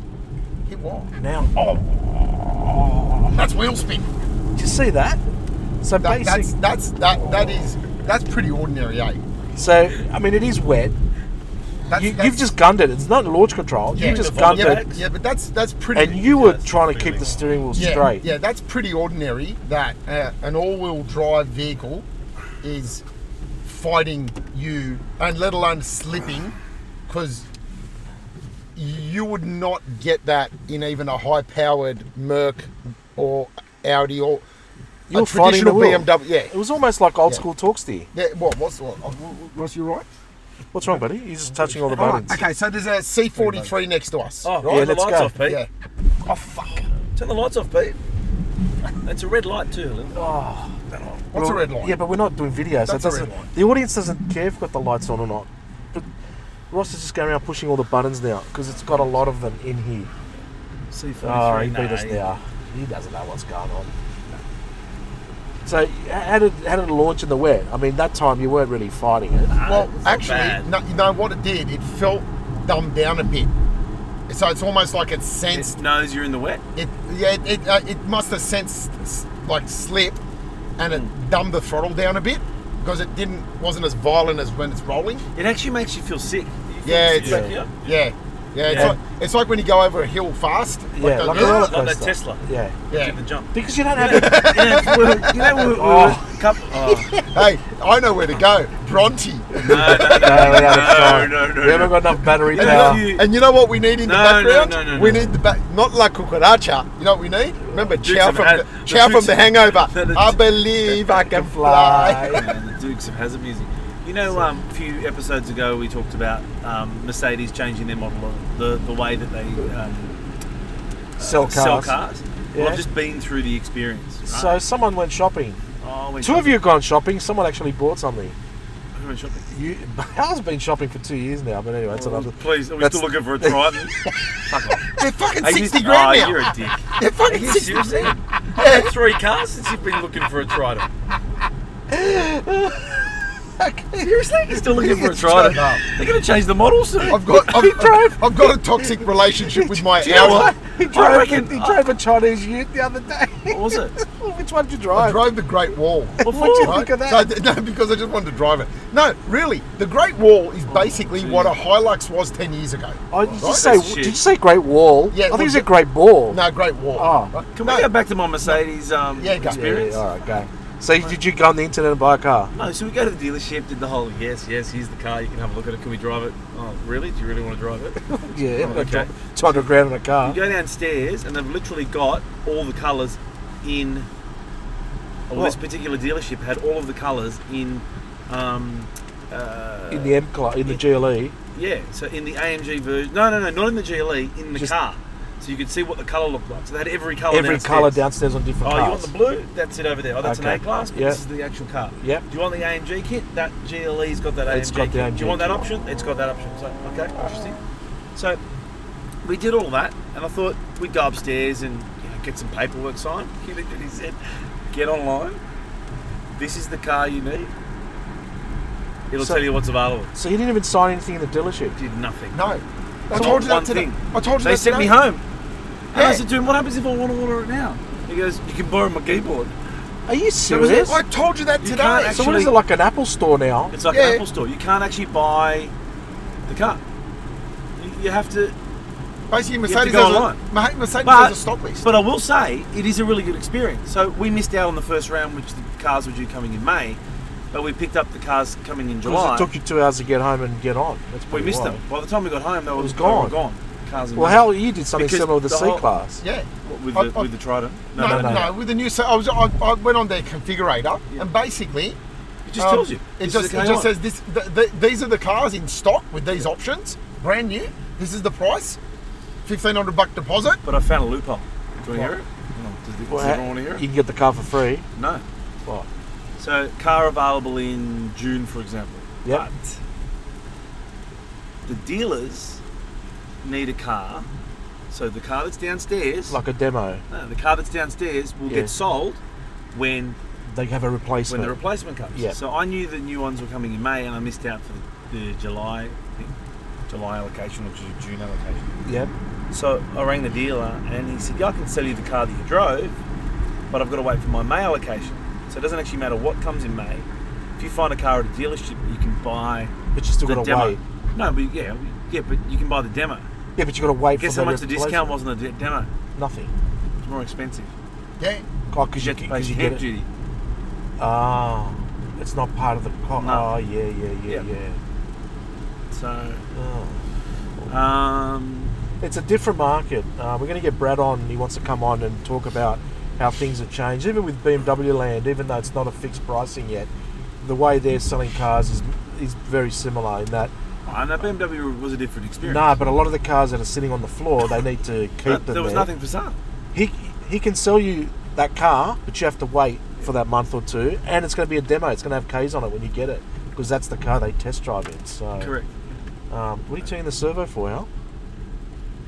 Speaker 1: Hit what?
Speaker 2: Now, oh,
Speaker 1: That's wheel spin.
Speaker 2: did you see that? So
Speaker 1: That,
Speaker 2: basic.
Speaker 1: that's that's that that is that's pretty ordinary, eh?
Speaker 2: So I mean, it is wet.
Speaker 1: That's,
Speaker 2: You,
Speaker 1: that's-
Speaker 2: you've just gunned it. It's not launch control. you just
Speaker 4: the
Speaker 2: gunned
Speaker 1: yeah,
Speaker 2: it,
Speaker 1: but, yeah, but that's that's pretty.
Speaker 2: and you were
Speaker 6: that's
Speaker 2: trying to keep
Speaker 6: feeling.
Speaker 2: the steering wheel
Speaker 1: yeah,
Speaker 2: straight.
Speaker 1: Yeah, that's pretty ordinary. That uh, an all-wheel drive vehicle is fighting you, and let alone slipping, because you would not get that in even a high-powered Merc or Audi or a
Speaker 2: You were fighting the
Speaker 1: traditional
Speaker 2: wheel.
Speaker 1: BMW. Yeah.
Speaker 2: It was almost like old
Speaker 1: Yeah.
Speaker 2: school Talksteer.
Speaker 1: Yeah, what, what's, what, what's your right?
Speaker 2: What's wrong, buddy? You're just touching all the
Speaker 1: All right,
Speaker 2: buttons.
Speaker 1: okay, so there's a C43 next to us.
Speaker 4: Oh,
Speaker 1: right?
Speaker 4: turn the
Speaker 2: let's
Speaker 4: lights
Speaker 2: go.
Speaker 4: off, Pete.
Speaker 1: Yeah.
Speaker 2: Oh fuck!
Speaker 4: Turn the lights off, Pete. It's a red light too. Lynn.
Speaker 2: Oh,
Speaker 1: What's
Speaker 2: Well,
Speaker 1: a red line?
Speaker 2: Yeah, but we're not doing videos.
Speaker 1: That's a
Speaker 2: that
Speaker 1: red
Speaker 2: doesn't.
Speaker 1: line.
Speaker 2: The audience doesn't care if we've got the lights on or not. But Ross is just going around pushing all the buttons now because it's got a lot of them in here.
Speaker 4: C43.
Speaker 2: Oh, he beat
Speaker 4: nah.
Speaker 2: us now. He doesn't know what's going on. So h- how did how did it launch in the wet? I mean, that time you weren't really fighting it.
Speaker 1: Well,
Speaker 4: it's not bad.
Speaker 1: actually, no, you know what it did? It felt dumbed down a bit. So it's almost like it
Speaker 4: It
Speaker 1: sensed
Speaker 4: knows you're in the wet.
Speaker 1: it. Yeah, it it, uh, it must have sensed s- like slip, and
Speaker 4: Hmm.
Speaker 1: it dumbed the throttle down a bit because it didn't wasn't as violent as when it's rolling.
Speaker 4: It actually makes you feel sick. You feel
Speaker 1: Yeah,
Speaker 4: sick
Speaker 1: it's
Speaker 4: back
Speaker 1: yeah,
Speaker 4: here.
Speaker 1: yeah. it's,
Speaker 4: Yeah.
Speaker 1: Like, it's like when you go over a hill fast.
Speaker 2: yeah,
Speaker 1: the-
Speaker 2: like a roller coaster.
Speaker 4: Like that Tesla.
Speaker 2: Yeah,
Speaker 1: Oh, [LAUGHS] Yeah.
Speaker 4: Give the jump.
Speaker 2: because you don't have it.
Speaker 4: you know, we were, you know, we were, we were
Speaker 2: Oh.
Speaker 4: a couple. Oh,
Speaker 1: Hey, I know where to go, Bronte.
Speaker 4: no, no, no,
Speaker 2: No, we, don't have time.
Speaker 4: no, no,
Speaker 2: we haven't got enough battery
Speaker 4: And
Speaker 2: power.
Speaker 4: if you-
Speaker 1: And you know what we need in the
Speaker 4: No, no,
Speaker 1: background?
Speaker 4: no, no,
Speaker 1: we
Speaker 4: no.
Speaker 1: need the back, not La Cucaracha. You know what we need? Remember
Speaker 4: Dukes
Speaker 1: Chow
Speaker 4: of
Speaker 1: from
Speaker 4: Ha-
Speaker 1: the,
Speaker 4: the
Speaker 1: Chow
Speaker 4: Dukes
Speaker 1: from the
Speaker 4: of-
Speaker 1: Hangover.
Speaker 4: No, the
Speaker 1: I
Speaker 4: Dukes-
Speaker 1: believe I can fly.
Speaker 2: fly.
Speaker 4: Yeah, the Dukes of Hazard music. You know, um, a few episodes ago we talked about um, Mercedes changing their model, of the the way that they um,
Speaker 2: Sell cars.
Speaker 4: sell cars. Well,
Speaker 2: Yeah.
Speaker 4: I've just been through the experience. Right?
Speaker 2: So someone went shopping.
Speaker 4: oh, we
Speaker 2: Two of you have gone shopping. Someone actually bought something.
Speaker 4: Who went shopping?
Speaker 2: You, [LAUGHS] Hal's been shopping for two years now, but anyway, it's
Speaker 4: Oh,
Speaker 1: [LAUGHS]
Speaker 2: another.
Speaker 4: Please, are we
Speaker 2: that's-
Speaker 4: still looking for a Triton? Fuck off.
Speaker 1: They're fucking
Speaker 4: Are you-
Speaker 1: 60 grand
Speaker 4: oh,
Speaker 1: now.
Speaker 4: You're a dick.
Speaker 1: They're
Speaker 2: [LAUGHS]
Speaker 1: fucking
Speaker 4: you
Speaker 1: 60
Speaker 4: [LAUGHS] seriously? I've had three cars since you've been looking for a Triton. Seriously? You're still looking for a Triton?
Speaker 2: [LAUGHS]
Speaker 4: They're going to change the model soon.
Speaker 1: I've got
Speaker 4: [LAUGHS]
Speaker 1: I've,
Speaker 2: He drove-
Speaker 1: I've got a toxic relationship with my
Speaker 2: Do you know
Speaker 1: hour.
Speaker 2: what? He
Speaker 4: I
Speaker 2: drove,
Speaker 4: reckon-
Speaker 2: he drove a Chinese ute the other day. [LAUGHS]
Speaker 4: What was it?
Speaker 2: Which one did you
Speaker 1: I
Speaker 2: drive?
Speaker 1: drove the Great Wall.
Speaker 4: [LAUGHS]
Speaker 2: What would you
Speaker 1: right?
Speaker 2: think of that?
Speaker 1: So I did- [LAUGHS] no, because I just wanted to drive it. No, really, the Great Wall
Speaker 4: Oh,
Speaker 1: is basically what a Hilux was 10 years ago.
Speaker 2: Oh, did, you
Speaker 1: Right?
Speaker 2: say,
Speaker 4: That's
Speaker 2: did you
Speaker 4: shit.
Speaker 2: say Great
Speaker 1: Yeah,
Speaker 2: Wall? I think
Speaker 1: well,
Speaker 2: you said
Speaker 1: the-
Speaker 2: Great Ball.
Speaker 1: No, Great Wall.
Speaker 2: Oh.
Speaker 1: Right?
Speaker 4: Can
Speaker 1: No,
Speaker 4: we go back to my Mercedes um,
Speaker 1: Yeah, go.
Speaker 2: Yeah,
Speaker 4: experience?
Speaker 2: yeah, all right, go. So did you go on the internet and buy a car?
Speaker 4: No, so we go to the dealership, did the whole yes, yes, here's the car, you can have a look at it, can we drive it? Oh, really? Do you really want to drive it?
Speaker 2: Yeah,
Speaker 4: Oh, okay.
Speaker 2: two hundred grand on a car.
Speaker 4: You go downstairs and they've literally got all the colours in. Well, this particular dealership had all of the colours in. Um, uh,
Speaker 2: In the M class, in the E. GLE.
Speaker 4: yeah, so in the AMG version. No, no, no, not in the GLE, in the
Speaker 2: Just-
Speaker 4: car. So you could see what the colour looked like. So they had every colour.
Speaker 2: Every
Speaker 4: downstairs.
Speaker 2: colour downstairs on different
Speaker 4: Oh, you want
Speaker 2: cars.
Speaker 4: the blue? That's it over there. Oh, that's
Speaker 2: Okay.
Speaker 4: an A class, but
Speaker 2: Yeah.
Speaker 4: this is the actual car.
Speaker 2: Yep.
Speaker 4: Do you want the AMG kit? That GLE's got that AMG
Speaker 2: It's got
Speaker 4: kit.
Speaker 2: the
Speaker 4: Do
Speaker 2: AMG
Speaker 4: you want that
Speaker 2: kit.
Speaker 4: option? It's got that option. So, okay, interesting. So, we did all that, and I thought we'd go upstairs and you know, get some paperwork signed. [LAUGHS] He looked at- he said, get online. This is the car you need. It'll
Speaker 2: So-
Speaker 4: tell you what's available.
Speaker 2: So he didn't even sign anything in the dealership.
Speaker 4: Did nothing.
Speaker 1: No. I
Speaker 4: So
Speaker 1: told you
Speaker 4: one
Speaker 1: that today.
Speaker 4: thing.
Speaker 1: I told you
Speaker 4: They
Speaker 1: that
Speaker 4: sent
Speaker 1: today.
Speaker 4: me home. And I
Speaker 1: Yeah.
Speaker 4: said to him, what happens if I want to order it now? He goes, you can borrow my keyboard.
Speaker 2: Are you
Speaker 4: was it.
Speaker 2: serious?
Speaker 1: I told you that
Speaker 4: You
Speaker 1: today.
Speaker 4: can't
Speaker 2: so what is it
Speaker 4: actually-
Speaker 2: like an Apple store now?
Speaker 4: It's like
Speaker 1: Yeah.
Speaker 4: an Apple store. You can't actually buy the car. You, you have to.
Speaker 1: Basically,
Speaker 4: have to
Speaker 1: Mercedes
Speaker 4: go
Speaker 1: has a,
Speaker 4: online.
Speaker 1: Ma- Mercedes
Speaker 4: But,
Speaker 1: has a stock list.
Speaker 4: but I will say, it is a really good experience. So we missed out on the first round, which the cars were due coming in May, but we picked up the cars coming in July.
Speaker 2: Because it took you two hours to get home and get on. That's
Speaker 4: we
Speaker 2: pretty
Speaker 4: missed
Speaker 2: wild.
Speaker 4: them. By the time we got home, they were,
Speaker 2: was
Speaker 4: they were
Speaker 2: gone.
Speaker 4: gone. Cars in
Speaker 2: Well,
Speaker 4: May.
Speaker 2: how you did something
Speaker 4: Because
Speaker 2: similar with the,
Speaker 4: the
Speaker 2: C
Speaker 4: whole-
Speaker 2: class?
Speaker 1: yeah.
Speaker 4: With
Speaker 1: I-
Speaker 4: the,
Speaker 1: I-
Speaker 4: with the Trident?
Speaker 1: No no, no, With the new, so I was, I, I went on their configurator,
Speaker 4: Yeah.
Speaker 1: and basically,
Speaker 4: It just
Speaker 1: um,
Speaker 4: tells you.
Speaker 1: It
Speaker 4: This
Speaker 1: just,
Speaker 4: is the
Speaker 1: it
Speaker 4: car you
Speaker 1: just
Speaker 4: want.
Speaker 1: says this. The, the, these are the cars in stock with these options, brand new. This is the price, fifteen hundred buck deposit.
Speaker 4: But I found a loophole. Do you want to hear it? Does, does
Speaker 2: Well,
Speaker 4: everyone want to hear it?
Speaker 2: You can get the car for free.
Speaker 4: No.
Speaker 2: What?
Speaker 4: So, car available in June, for example.
Speaker 2: Yep.
Speaker 4: But the dealers need a car. So the car that's downstairs,
Speaker 2: Like a demo.
Speaker 4: no, the car that's downstairs will
Speaker 2: Yeah.
Speaker 4: get sold when
Speaker 2: They have a
Speaker 4: when
Speaker 2: replacement.
Speaker 4: the replacement comes.
Speaker 2: Yeah.
Speaker 4: So I knew the new ones were coming in May, and I missed out for the, the July thing, July allocation or Ju- June allocation.
Speaker 2: yep.
Speaker 4: So I rang the dealer and he said, Yeah, I can sell you the car that you drove, but I've got to wait for my May allocation. So it doesn't actually matter what comes in May. If you find a car at a dealership, you can buy
Speaker 2: But you still
Speaker 4: the
Speaker 2: got to
Speaker 4: demo.
Speaker 2: wait.
Speaker 4: No, but yeah, yeah, but you can buy the demo.
Speaker 2: Yeah, but you got to wait
Speaker 4: Guess
Speaker 2: for
Speaker 4: how
Speaker 2: the
Speaker 4: much the discount was on the de- demo?
Speaker 2: replacement. Nothing.
Speaker 4: It's more expensive.
Speaker 1: Yeah.
Speaker 2: Oh, because you,
Speaker 4: had to pay
Speaker 2: 'cause you get
Speaker 4: stamp
Speaker 2: it.
Speaker 4: duty.
Speaker 2: Ah, it's not part of the cost.
Speaker 4: No.
Speaker 2: Oh, yeah, yeah, yeah,
Speaker 4: Yeah.
Speaker 2: yeah.
Speaker 4: So,
Speaker 2: Oh.
Speaker 4: um,
Speaker 2: It's a different market. Uh, we're going to get Brad on. He wants to come on and talk about how things have changed, even with BMW Land. Even though it's not a fixed pricing yet, the way they're selling cars is is very similar in that.
Speaker 4: I know BMW was a different experience.
Speaker 2: Nah, but a lot of the cars that are sitting on the floor, they need to keep
Speaker 4: Uh,
Speaker 2: them.
Speaker 4: there was
Speaker 2: there.
Speaker 4: nothing for sale.
Speaker 2: He he can sell you that car, but you have to wait for that month or two, and it's going to be a demo. It's going to have Ks on it when you get it because that's the car they test drive in. So
Speaker 4: Correct.
Speaker 2: Um, what are you turning the servo for, Al?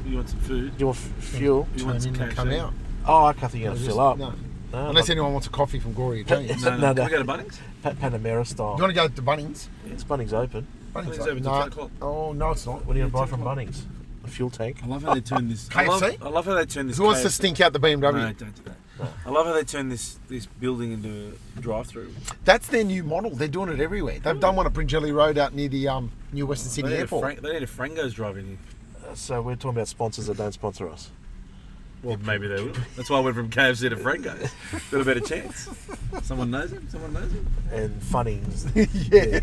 Speaker 4: You want some food?
Speaker 2: Do you want f- fuel?
Speaker 4: You
Speaker 1: Turn
Speaker 4: want some eh?
Speaker 1: in and
Speaker 4: KFC?
Speaker 1: come out.
Speaker 2: Oh, I can't think you're
Speaker 1: Hmm. I
Speaker 2: going to
Speaker 1: just-
Speaker 2: fill up.
Speaker 1: No.
Speaker 2: No,
Speaker 1: Unless
Speaker 2: like
Speaker 1: anyone wants a coffee from Gloria James.
Speaker 4: No, no.
Speaker 2: No,
Speaker 4: Can
Speaker 2: no.
Speaker 4: we go to Bunnings?
Speaker 2: Pa- Panamera style.
Speaker 1: Do you want to go to Bunnings?
Speaker 2: It's Bunnings open.
Speaker 1: Bunnings.
Speaker 4: Bunnings open till
Speaker 1: no.
Speaker 4: 10 o'clock.
Speaker 1: Oh no, it's not.
Speaker 2: What do you going to buy from Bunnings? A fuel tank.
Speaker 4: I love how they turn this. I love,
Speaker 1: KFC?
Speaker 4: I love how they turn this.
Speaker 1: Who wants to
Speaker 4: KFC
Speaker 1: stink out the
Speaker 4: No,
Speaker 1: BMW?
Speaker 4: don't do that. I love how they turn this this building into a drive-through.
Speaker 1: That's their new model. They're doing it everywhere. They've done one at Bringelly Road out near the um, new Western
Speaker 4: They
Speaker 1: Sydney
Speaker 4: need, a
Speaker 1: Airport.
Speaker 4: Fran- they need a Frango's driving here.
Speaker 2: Uh, So we're talking about sponsors that don't sponsor us.
Speaker 4: Well, maybe they will. That's why I went from KFC
Speaker 2: [LAUGHS]
Speaker 4: to Frango's. Got a better chance. Someone knows him. Someone knows him.
Speaker 2: And funnings.
Speaker 1: yeah.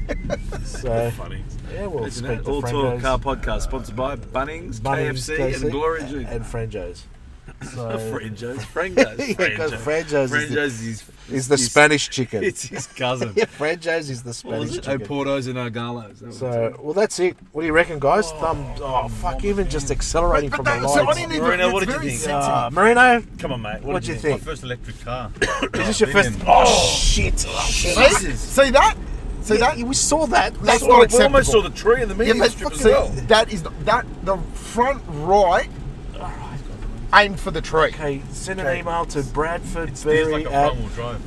Speaker 2: So,
Speaker 4: Funny.
Speaker 2: yeah, Uh, we'll
Speaker 4: Isn't
Speaker 2: speak
Speaker 4: it?
Speaker 2: to
Speaker 4: All
Speaker 2: Frango's.
Speaker 4: Tour Car Podcast, sponsored by Bunnings,
Speaker 2: Bunnings,
Speaker 4: KFC,
Speaker 2: KFC,
Speaker 4: and Glory Jeep.
Speaker 2: And Franjo's. So,
Speaker 4: Frango's. Frango's.
Speaker 2: [LAUGHS] Yeah, 'cause Frango's is the- [LAUGHS]
Speaker 4: Frango's is,
Speaker 2: is the
Speaker 4: his-
Speaker 2: Spanish chicken.
Speaker 4: It's his cousin.
Speaker 2: [LAUGHS] yeah, Franjo's is the
Speaker 4: What
Speaker 2: Spanish
Speaker 4: was it? Oh,
Speaker 2: chicken.
Speaker 4: Oporto's and Argalos. That was it.
Speaker 2: So, well, that's it. What do you reckon, guys? Thumb. Oh, fuck, even just accelerating
Speaker 1: But
Speaker 2: from the
Speaker 1: they, so I
Speaker 2: lights.
Speaker 1: didn't even.
Speaker 4: Marina,
Speaker 1: it's
Speaker 4: what did you
Speaker 1: very
Speaker 4: think?
Speaker 1: sensitive.
Speaker 2: Ah, Marino,
Speaker 4: come on, mate. What,
Speaker 2: what
Speaker 4: did
Speaker 2: do you
Speaker 6: My
Speaker 2: think?
Speaker 6: first electric car.
Speaker 2: Is this your first?
Speaker 6: Opinion.
Speaker 2: Oh, shit!
Speaker 1: See? See that? See
Speaker 2: Yeah,
Speaker 1: that?
Speaker 2: we saw that.
Speaker 1: That's
Speaker 2: That's
Speaker 1: not
Speaker 4: We almost saw
Speaker 1: acceptable.
Speaker 4: the tree in the
Speaker 1: Yeah,
Speaker 4: media
Speaker 1: but
Speaker 4: strip as
Speaker 1: see,
Speaker 4: well.
Speaker 1: that is not- that the front right aimed for the tree.
Speaker 2: Okay, send an email to Bradford
Speaker 6: It's
Speaker 2: Berry
Speaker 6: feels like a
Speaker 2: at-
Speaker 6: front wheel drive.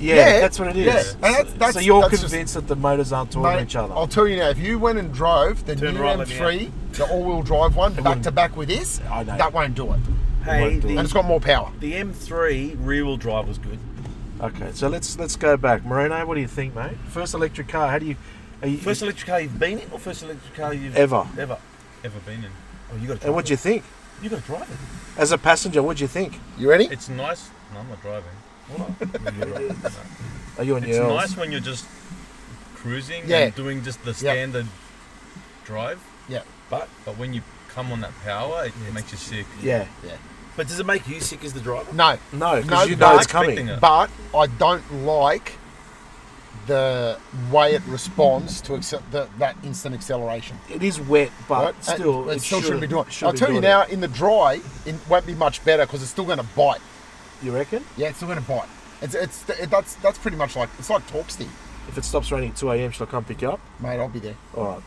Speaker 2: yeah, that's what it is.
Speaker 1: yeah, and that's-
Speaker 2: so
Speaker 1: that's-
Speaker 2: you're
Speaker 1: that's just-
Speaker 2: convinced that the motors aren't talking to
Speaker 1: Mate, oh.
Speaker 2: each other.
Speaker 1: I'll tell you now. If you went and drove the
Speaker 6: Turn
Speaker 1: new
Speaker 6: right, let me
Speaker 1: M3, the all-wheel drive one, back to back with this,
Speaker 2: I know.
Speaker 1: that won't do it.
Speaker 4: Hey,
Speaker 2: Won't do
Speaker 4: the,
Speaker 1: And it's got more power.
Speaker 4: the M3 rear-wheel drive was good.
Speaker 2: okay, so let's let's go back. Moreno, what do you think, mate? First electric car. How do you? Are you
Speaker 4: First electric car you've been in, or first electric car you've
Speaker 2: Ever.
Speaker 4: Ever.
Speaker 6: Ever been in?
Speaker 4: Oh, you got to.
Speaker 2: and what do you think?
Speaker 4: you got to drive it.
Speaker 2: As a passenger, what do you think?
Speaker 1: You ready?
Speaker 6: It's nice. No, I'm not driving.
Speaker 4: [LAUGHS]
Speaker 2: Are you on
Speaker 6: It's
Speaker 2: your L's?
Speaker 6: nice when you're just cruising
Speaker 1: Yeah.
Speaker 6: and doing just the standard drive,
Speaker 1: yeah.
Speaker 6: but but when you come on that power, it makes you sick.
Speaker 2: Yeah.
Speaker 4: But does it make you sick as the driver?
Speaker 1: No.
Speaker 2: No, because
Speaker 1: No,
Speaker 2: you know
Speaker 1: but-
Speaker 2: it's coming.
Speaker 6: Expecting it.
Speaker 1: But I don't like the way it responds to accept the, that instant acceleration.
Speaker 2: It is wet, but
Speaker 1: right? It-
Speaker 2: still,
Speaker 1: it, still shouldn't be doing.
Speaker 2: should
Speaker 1: I'll
Speaker 2: be
Speaker 1: tell you
Speaker 2: doing
Speaker 1: now,
Speaker 2: it.
Speaker 1: in the dry, it won't be much better because it's still going to bite.
Speaker 2: You reckon?
Speaker 1: Yeah, it's still going to bite. It's, it's it, that's that's pretty much like it's like talk stick,
Speaker 2: If it stops raining at 2 a.m., shall I come pick you up?
Speaker 1: mate. I'll be there.
Speaker 2: All right.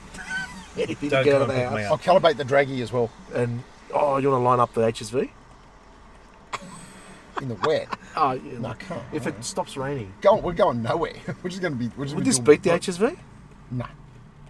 Speaker 2: [LAUGHS] if you
Speaker 4: Don't
Speaker 2: get out of
Speaker 4: come
Speaker 2: the
Speaker 4: pick me
Speaker 2: house.
Speaker 4: up.
Speaker 1: I'll calibrate the draggy as well
Speaker 2: And, oh, you want to line up the HSV?
Speaker 1: in the wet.
Speaker 2: Oh, yeah,
Speaker 1: No, I
Speaker 2: like,
Speaker 1: can't.
Speaker 2: if it stops raining.
Speaker 1: Go, [LAUGHS] we're going nowhere. We're just going to be. We're just
Speaker 2: Would
Speaker 1: gonna
Speaker 2: this
Speaker 1: be
Speaker 2: beat the
Speaker 1: doing-
Speaker 2: HSV?
Speaker 1: No.